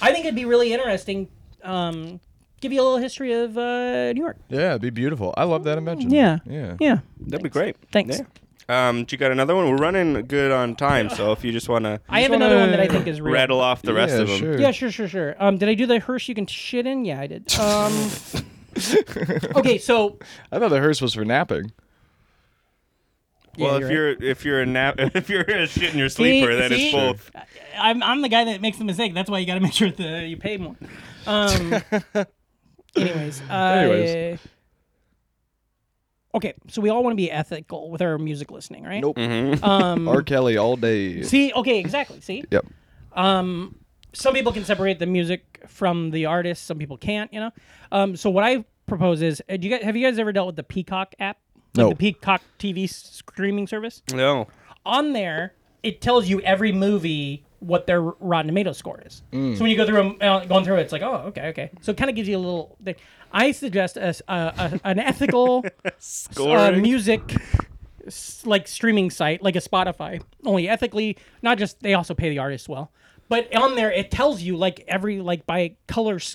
G: i think it'd be really interesting um give you a little history of uh new york
H: Yeah, it'd be beautiful. I love that invention.
G: yeah
H: Yeah.
G: yeah
F: that'd be great.
G: thanks
F: Yeah. Um, do you got another one? We're running good on time, so if you just want to
G: i have another one that i think is real
F: rattle off the rest
H: Yeah,
F: of them,
H: sure.
G: Yeah, sure, sure, sure. Um, did I do the hearse you can shit in? Yeah, I did. Um, okay, so
H: I thought the hearse was for napping.
F: well,
G: you're
F: if
G: right.
F: you're if you're a nap if you're a shit in your sleeper, then
G: see?
F: it's both.
G: I'm, I'm the guy that makes the mistake. That's why you got to make sure that you pay more. Um, anyways, uh,
H: Anyways.
G: okay. So we all want to be ethical with our music listening, right?
H: Nope.
G: Um,
H: Mm-hmm. R. Kelly all day.
G: see, okay, exactly. See,
H: Yep.
G: um, some people can separate the music from the artist. Some people can't. You know. Um, so what I propose is, uh, do you guys have you guys ever dealt with the Peacock app? Like
H: No.
G: The Peacock TV streaming service
F: No,
G: on there, it tells you every movie what their Rotten Tomato score is. So when you go through 'em, uh, going through it, it's like, oh, okay, okay. So it kind of gives you a little. Thing. I suggest a, s- a- a- an ethical uh,
F: scoring.
G: music s- like streaming site, like a Spotify, only ethically. Not just they also pay the artists well, but on there it tells you like every like by color s-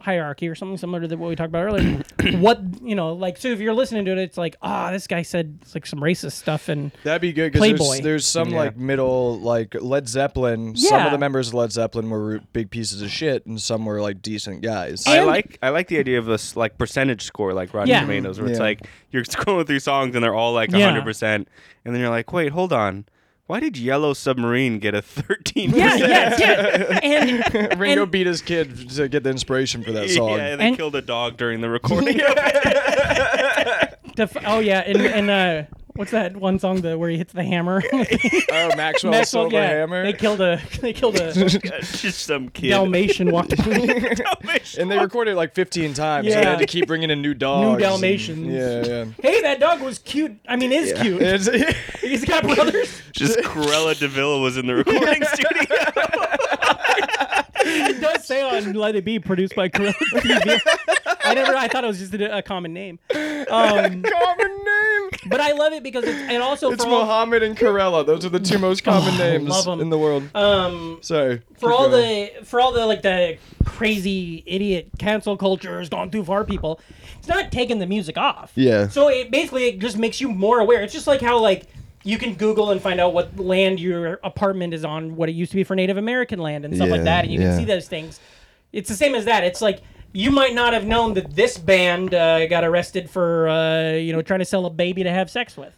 G: hierarchy or something similar to the- what we talked about earlier. what you know, like so if you're listening to it, it's like, ah, this guy said like some racist stuff and
H: That'd be good because
G: Playboy.
H: there's, there's some like middle like Led Zeppelin. Some
G: Yeah.
H: of the members of Led Zeppelin were big pieces of shit, and some were like decent guys.
F: I
G: And-
F: like I like the idea of this like percentage score like Rotten
G: Yeah.
F: Tomatoes where it's
H: Yeah.
F: like you're scrolling through songs and they're all like
G: Yeah.
F: 100% and then you're like wait hold on why did Yellow Submarine get a 13%?
G: Yeah, yeah, yeah. And
H: Ringo
G: and-
H: beat his kid to get the inspiration for that song.
F: Yeah, they
G: And-
F: killed a dog during the recording.
G: def- oh yeah, and, and uh, what's that one song the where he hits the hammer?
H: Oh, Maxwell,
G: Maxwell,
H: Silver
G: yeah,
H: Hammer.
G: They killed a they killed a
F: Just some kid.
G: Dalmatian walked.
H: and they recorded it like 15 times. So they
G: Yeah.
H: had to keep bringing in new dogs.
G: Dalmatians.
H: Yeah, yeah.
G: hey, that dog was cute. I mean, is cute.
H: It's-
G: He's got brothers.
F: Just Cruella Deville was in the recording studio.
G: It does say on Let It Be, produced by Gorilla TV. I never. I thought it was just a, a common name. Um,
H: common name.
G: But I love it because it's, and also
H: It's
G: for all-
H: Mohammed and Corella. Those are the two most common names
G: love 'em.
H: in the world.
G: um
H: Sorry.
G: for
H: keep
G: all
H: going.
G: the for all the like the crazy idiot cancel culture has gone too far people it's not taking the music off
H: Yeah.
G: so it basically it just makes you more aware it's just like how like you can google and find out what land your apartment is on what it used to be for native american land and stuff
H: Yeah,
G: like that and you
H: yeah.
G: can see those things it's the same as that it's like you might not have known that this band uh, got arrested for uh, you know trying to sell a baby to have sex with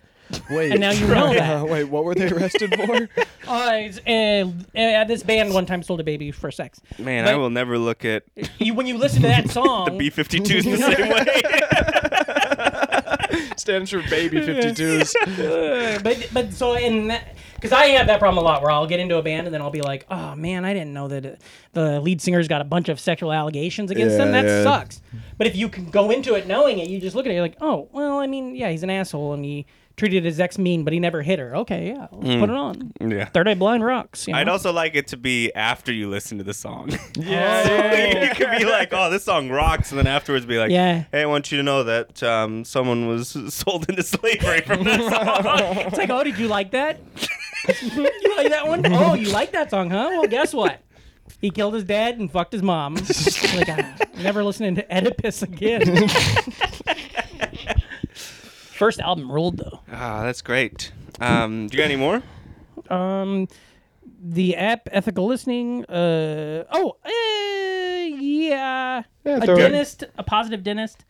H: Wait.
G: and now you know that.
H: Uh, wait, what were they arrested for?
G: Uh, it's, uh, uh, this band one time sold a baby for sex.
F: Man, I
G: But-
F: will never look at
G: you when you listen to that song,
F: B 52s the same way.
H: Stands for baby 52s.
G: but but so in because I have that problem a lot where I'll get into a band and then I'll be like, oh man, I didn't know that uh, the lead singer's got a bunch of sexual allegations against
H: Yeah,
G: them. That
H: yeah.
G: sucks. But if you can go into it knowing it, you just look at it, you're like, oh well, I mean, yeah, he's an asshole and he treated his ex mean, but he never hit her. Okay, yeah, let's
H: Mm.
G: put it on.
F: yeah.
G: Third Eye Blind rocks. You know?
F: I'd also like it to be after you listen to the song.
H: yeah.
F: you could be like, "Oh, this song rocks," and then afterwards be like,
G: Yeah.
F: "Hey, I want you to know that um, someone was sold into slavery from that song."
G: It's like, oh, did you like that? you like that one? Oh, you like that song, huh? Well, guess what? He killed his dad and fucked his mom. like, I'm never listening to Oedipus again. First album ruled though.
F: Ah, that's great. Um, do you got any more?
G: Um, the app Ethical Listening. Uh oh, uh, yeah.
H: Yeah,
G: a
H: throw it.
G: dentist, a positive dentist.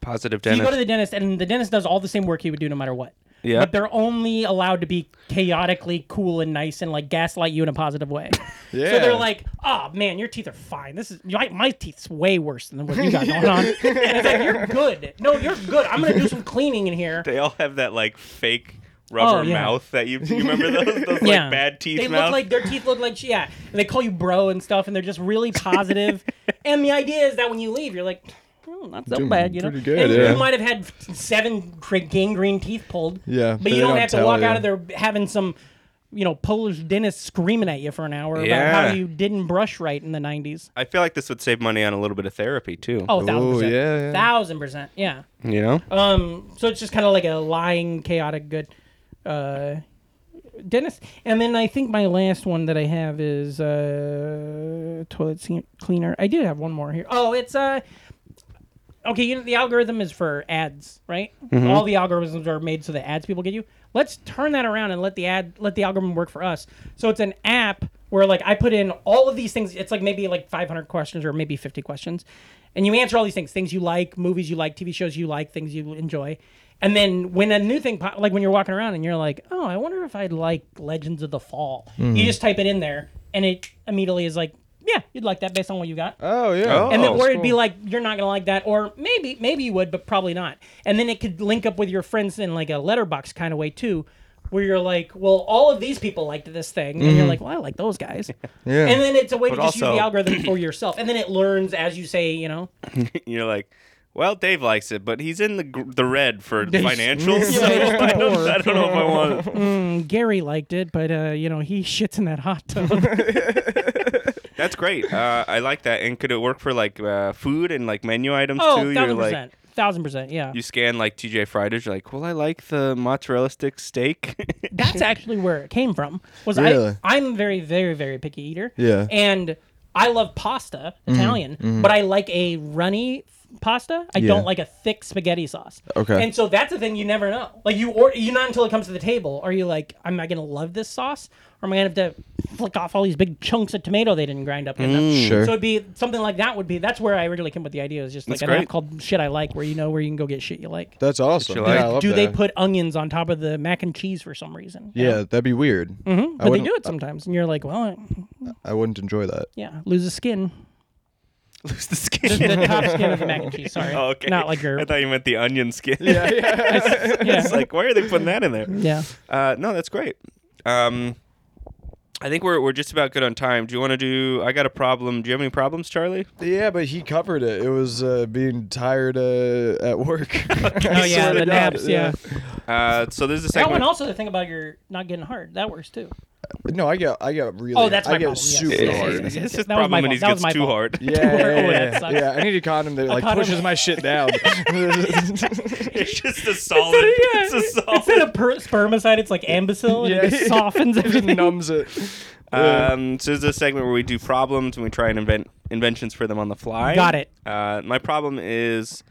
F: Positive
G: You
F: Dennis.
G: go to the dentist, and the dentist does all the same work he would do no matter what.
F: Yeah.
G: But they're only allowed to be chaotically cool and nice and like gaslight you in a positive way.
H: Yeah.
G: So they're like, oh man, your teeth are fine. This is my, my teeth's way worse than what you got going on. and it's like, you're good. No, you're good. I'm gonna do some cleaning in here.
F: they all have that like fake rubber
G: Oh, yeah.
F: mouth that you, you remember those, those
G: Yeah.
F: like bad teeth
G: They
F: mouth.
G: look like their teeth look like yeah. And they call you bro and stuff, and they're just really positive. and the idea is that when you leave, you're like. "Oh, not so
H: Doing
G: bad, you know.
H: pretty good,
G: And
H: yeah.
G: You might have had f- seven cr- gangrene teeth pulled.
H: Yeah,
G: but
H: but
G: you
H: they
G: don't,
H: don't
G: have to
H: tell
G: walk
H: you.
G: out of there having some, you know, Polish dentist screaming at you for an hour about
F: Yeah.
G: how you didn't brush right in the '90s.
F: I feel like this would save money on a little bit of therapy too.
G: Oh, thousand
H: Ooh,
G: percent,
H: yeah, yeah.
G: thousand percent, yeah.
F: you know.
G: Um, so it's just kind of like a lying, chaotic good. Uh, Dennis, and then I think my last one that I have is uh, toilet se- cleaner. I do have one more here. Oh, it's uh, okay. You know, the algorithm is for ads, right? All the algorithms are made so the ads people get you. Let's turn that around and let the ad let the algorithm work for us. So it's an app where like I put in all of these things. It's like maybe like 500 questions or maybe 50 questions, and you answer all these things: things you like, movies you like, TV shows you like, things you enjoy. And then when a new thing, pop, like when you're walking around and you're like, oh, I wonder if I'd like Legends of the Fall. You just type it in there, and it immediately is like, yeah, you'd like that based on what you got
H: Oh, yeah.
F: Oh.
G: and then
F: Oh,
G: or it'd be
H: cool.
G: like you're not gonna like that or maybe maybe you would but probably not and then it could link up with your friends in like a letterbox kind of way too where you're like well all of these people liked this thing and you're like well i like those guys
H: Yeah.
G: and then it's a way to
F: Mm-hmm. But
G: just use
F: also-
G: the algorithm for yourself and then it learns as you say you know
F: You're like, well, Dave likes it, but he's in the gr- the red for financials. so
G: Yeah.
F: I, don't, I don't know if I want. it."
G: "Mm, gary liked it but uh you know he shits in that hot tub
F: That's great. Uh, I like that. And could it work for like uh, food and like menu items
G: oh
F: too?
G: thousand
F: like,
G: percent thousand percent yeah
F: you scan like TJ Fridays. You're like, well, I like the mozzarella stick steak.
G: that's actually where it came from. Was
H: Really?
G: I? I'm very, very, very picky eater.
H: Yeah. Mm-hmm.
G: And I love pasta, Italian, but I like a runny f- pasta. I
H: Yeah.
G: don't like a thick spaghetti sauce.
H: Okay.
G: And so that's a thing you never know. Like you order, you not until it comes to the table are you like, am I gonna love this sauce, or am I gonna have to flick off all these big chunks of tomato they didn't grind up enough?
H: Mm, Sure.
G: So it'd be something like that. Would be that's where I originally came with the idea. Is just like
F: That's
G: an
F: great.
G: app called Shit I Like, where you know where you can go get shit you like.
H: That's awesome.
F: What you
H: Yeah, I
F: like.
H: love
G: Do they
H: that.
G: put onions on top of the mac and cheese for some reason? you know?
H: Yeah, that'd be weird. Mm-hmm. I
G: But they
H: wouldn't,
G: do it sometimes, and you're like, well,
H: I wouldn't enjoy that.
G: yeah, lose a skin,
F: Lose the
G: the
F: skin.
G: top skin of the mac and cheese. Sorry,
F: oh, okay.
G: not like your
F: I thought you meant the onion skin. Yeah,
G: yeah,
F: it's like, why are they putting that in there?
G: yeah.
F: Uh, no, that's great. Um, I think we're we're just about good on time. Do you want to do? I got a problem. Do you have any problems, Charlie?
H: Yeah, but he covered it. It was uh, being tired uh, at work.
G: Oh yeah,
H: Sorted
G: the
H: out,
G: naps. Yeah,
F: Uh, so there's a
G: that
F: segment.
G: one also the thing about your not getting hard that works too.
H: No, I get, I get really.
G: Oh, that's my
H: I get
G: problem, yes.
H: super
G: Yes,
H: hard.
F: It's his
G: That was
F: problem
G: my
F: when
G: fault.
F: he
G: That was
F: gets
G: my
F: too
G: fault.
F: hard.
H: Yeah, yeah,
G: Oh, that
H: yeah,
G: sucks.
H: yeah. I need a condom that like
G: condom-
H: pushes my shit down.
F: It's just a solid. It's a
G: Instead
F: solid.
G: of per- spermicide, it's like Ambisol. And
H: yeah,
G: it just softens
H: it
G: everything.
H: numbs it.
F: Um, so this is a segment where we do problems and we try and invent inventions for them on the fly.
G: Got it.
F: Uh, my problem is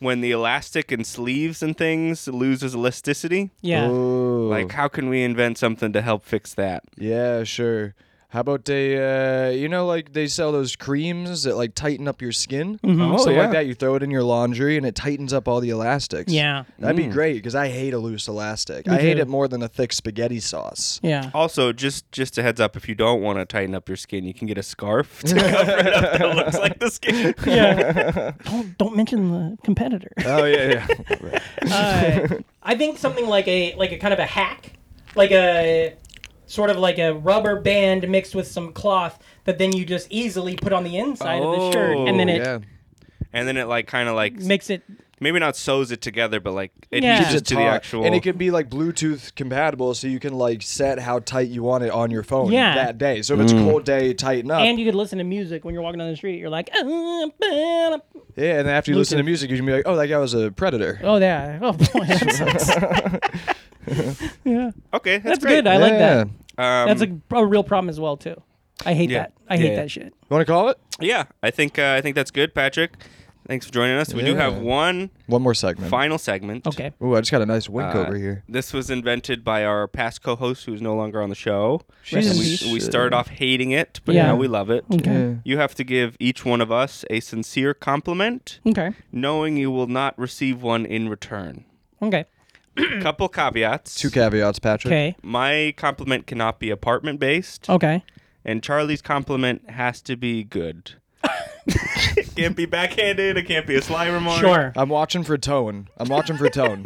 F: when the elastic and sleeves and things loses elasticity.
H: Uh,
G: Yeah.
H: Ooh.
F: Like, how can we invent something to help fix that?
H: Yeah, sure. How about they, uh, you know, like they sell those creams that like tighten up your skin,
F: Oh,
H: stuff
F: yeah.
H: like that. You throw it in your laundry and it tightens up all the elastics.
G: Yeah.
H: that'd be great because I hate a loose elastic. I hate
G: too.
H: it more than a thick spaghetti sauce.
G: Yeah.
F: Also, just just a heads up, if you don't want to tighten up your skin, you can get a scarf to cover it up that looks like the skin.
G: Yeah. don't don't mention the competitor.
H: Oh yeah, yeah.
G: Uh, I think something like a like a kind of a hack, like a sort of like a rubber band mixed with some cloth that then you just easily put on the inside of the shirt, and then
F: Oh,
G: it
H: yeah.
F: And then it like kind of like
G: makes it.
F: maybe not sews it together, but like it
G: Yeah.
F: adheres
G: Keeps
H: Just
F: to the
H: taut.
F: actual.
H: and it can be like Bluetooth compatible, so you can like set how tight you want it on your phone
G: Yeah.
H: that day. So if it's a cold day, tighten up.
G: And you could listen to music when you're walking down the street. You're like, oh yeah,
H: yeah, and then after you listen to music, you can be like, "Oh, that guy was a predator."
G: oh boy, that sucks.
F: okay, that's,
G: that's
F: great.
G: good. I like that.
H: You
F: Um,
G: That's a, a real problem as well too. I hate
F: Yeah.
G: that. I
F: Yeah,
G: hate
F: yeah.
G: that shit.
H: want to call it
F: yeah. I think uh, I think that's good, Patrick. Thanks for joining us. We do
H: Yeah.
F: have one
H: one more segment?
F: final segment.
G: Okay.
H: Ooh, I just got a nice wink
F: Uh,
H: over here.
F: This was invented by our past co-host, who's no longer on the show.
G: Rest in
F: And
G: peace.
F: we, we started off hating it, but
G: Yeah.
F: now we love it.
G: Okay.
F: You have to give each one of us a sincere compliment,
G: Okay.
F: knowing you will not receive one in return.
G: Okay. Mm.
F: Couple caveats.
H: Two caveats, Patrick.
G: Okay.
F: My compliment cannot be apartment based,
G: Okay.
F: and Charlie's compliment has to be good. it can't be backhanded. It can't be a sly remark.
G: Sure.
H: I'm watching for tone. I'm watching for tone.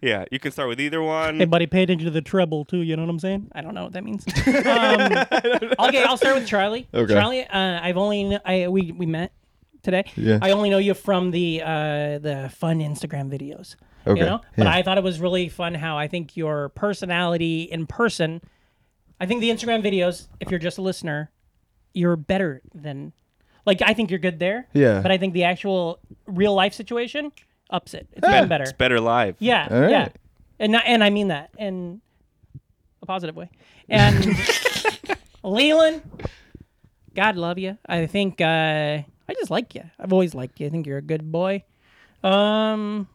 F: Yeah, you can start with either one.
G: Hey, buddy, paid into the treble too. You know what I'm saying? I don't know what that means. um, okay, I'll start with Charlie.
H: Okay.
G: Charlie, uh, I've only kn- I we we met today.
H: Yeah.
G: I only know you from the uh, the fun Instagram videos.
H: Okay,
G: You know, but
H: yeah.
G: I thought it was really fun how I think your personality in person. I think the Instagram videos, if you're just a listener, you're better than, like I think you're good there.
H: Yeah.
G: But I think the actual real life situation ups it. It's
F: Bet-
G: been better.
F: It's better live.
G: Yeah,
H: All
G: yeah,
H: right.
G: and I- and I mean that in a positive way. And Leland, God love you. I think uh, I just like you. I've always liked you. I think you're a good boy. Um,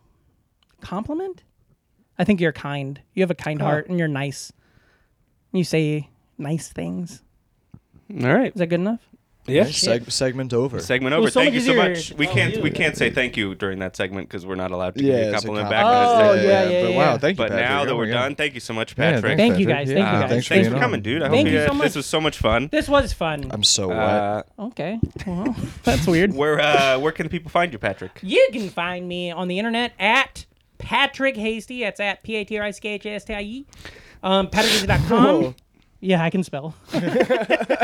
G: compliment. I think you're kind. You have a kind heart, and you're nice. You say nice things. Is
F: All right.
G: that good enough?
F: Yeah.
H: Seg- segment over.
F: Segment over.
G: was so
F: thank
G: much
F: you so
G: easier
F: much.
G: to
F: We
G: tell
F: can't
G: you.
F: we can't say thank you during that segment because we're not allowed to
H: Yeah,
F: give you a
H: it's a
F: compliment back.
H: compliment.
F: on
G: Oh,
F: that segment.
G: yeah, yeah,
H: But
G: yeah.
H: wow, thank you.
F: But
H: Patrick.
F: now that
H: Oh my
F: we're
H: God.
F: done, thank you so much,
H: Yeah,
F: Patrick.
G: Thank you,
H: Patrick.
G: guys.
H: Yeah.
G: Thank you,
F: Uh,
G: guys.
F: thanks,
H: for being
F: for
H: on.
F: coming, dude. I
G: Thank
F: hope
G: you so
F: this
G: much.
F: was so much fun.
G: This was fun.
H: I'm so wet.
F: Uh,
G: Okay, well, that's weird.
F: where uh, where can people find you, Patrick?
G: You can find me on the internet at Patrick Hasty. That's at P A T R I C K H A S T I E. Um, patrickasty.com. yeah, I can spell.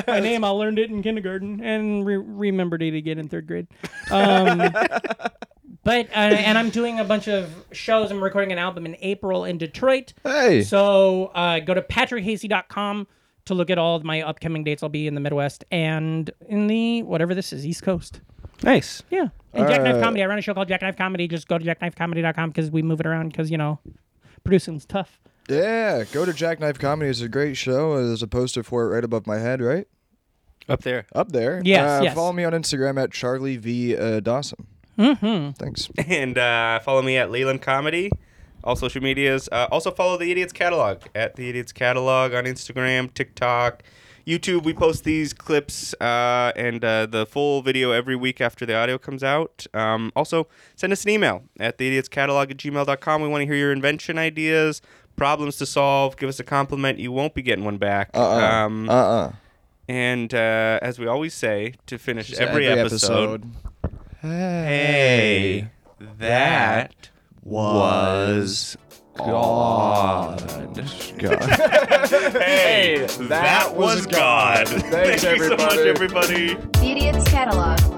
G: My name, I learned it in kindergarten and re- remembered it again in third grade. Um, but, uh, and I'm doing a bunch of shows. I'm recording an album in April in Detroit.
H: Hey.
G: So uh, go to patrickhasey.com to look at all of my upcoming dates. I'll be in the Midwest and in the, whatever this is, East Coast.
F: Nice.
G: Yeah. And Jackknife
H: Uh,
G: Comedy. I run a show called Jackknife Comedy. Just go to jackknifecomedy.com because we move it around because, you know, producing's tough.
H: Yeah, go to Jackknife Comedy. It's a great show. There's a poster for it right above my head, right?
F: Up there.
H: Up there.
G: Yes,
H: Uh,
G: yes.
H: Follow me on Instagram at Charlie V uh, Dawson. Mm-hmm. Thanks.
F: And uh, follow me at Leland Comedy. All social medias. Uh, also follow the Idiots Catalog at the Idiots Catalog on Instagram, TikTok, YouTube. We post these clips uh, and uh, the full video every week after the audio comes out. Um, also, send us an email at the Idiots Catalog at gmail.com. We want to hear your invention ideas, problems to solve. Give us a compliment. You won't be getting one back.
H: Uh-uh.
F: Um,
H: uh-uh.
F: and uh, as we always say to finish
H: It's
F: every, episode Hey, that was God.
H: God.
F: Hey, that was God.
H: Thanks,
F: Thank you so much,
H: everybody.
F: everybody.
B: The Idiot's Catalog.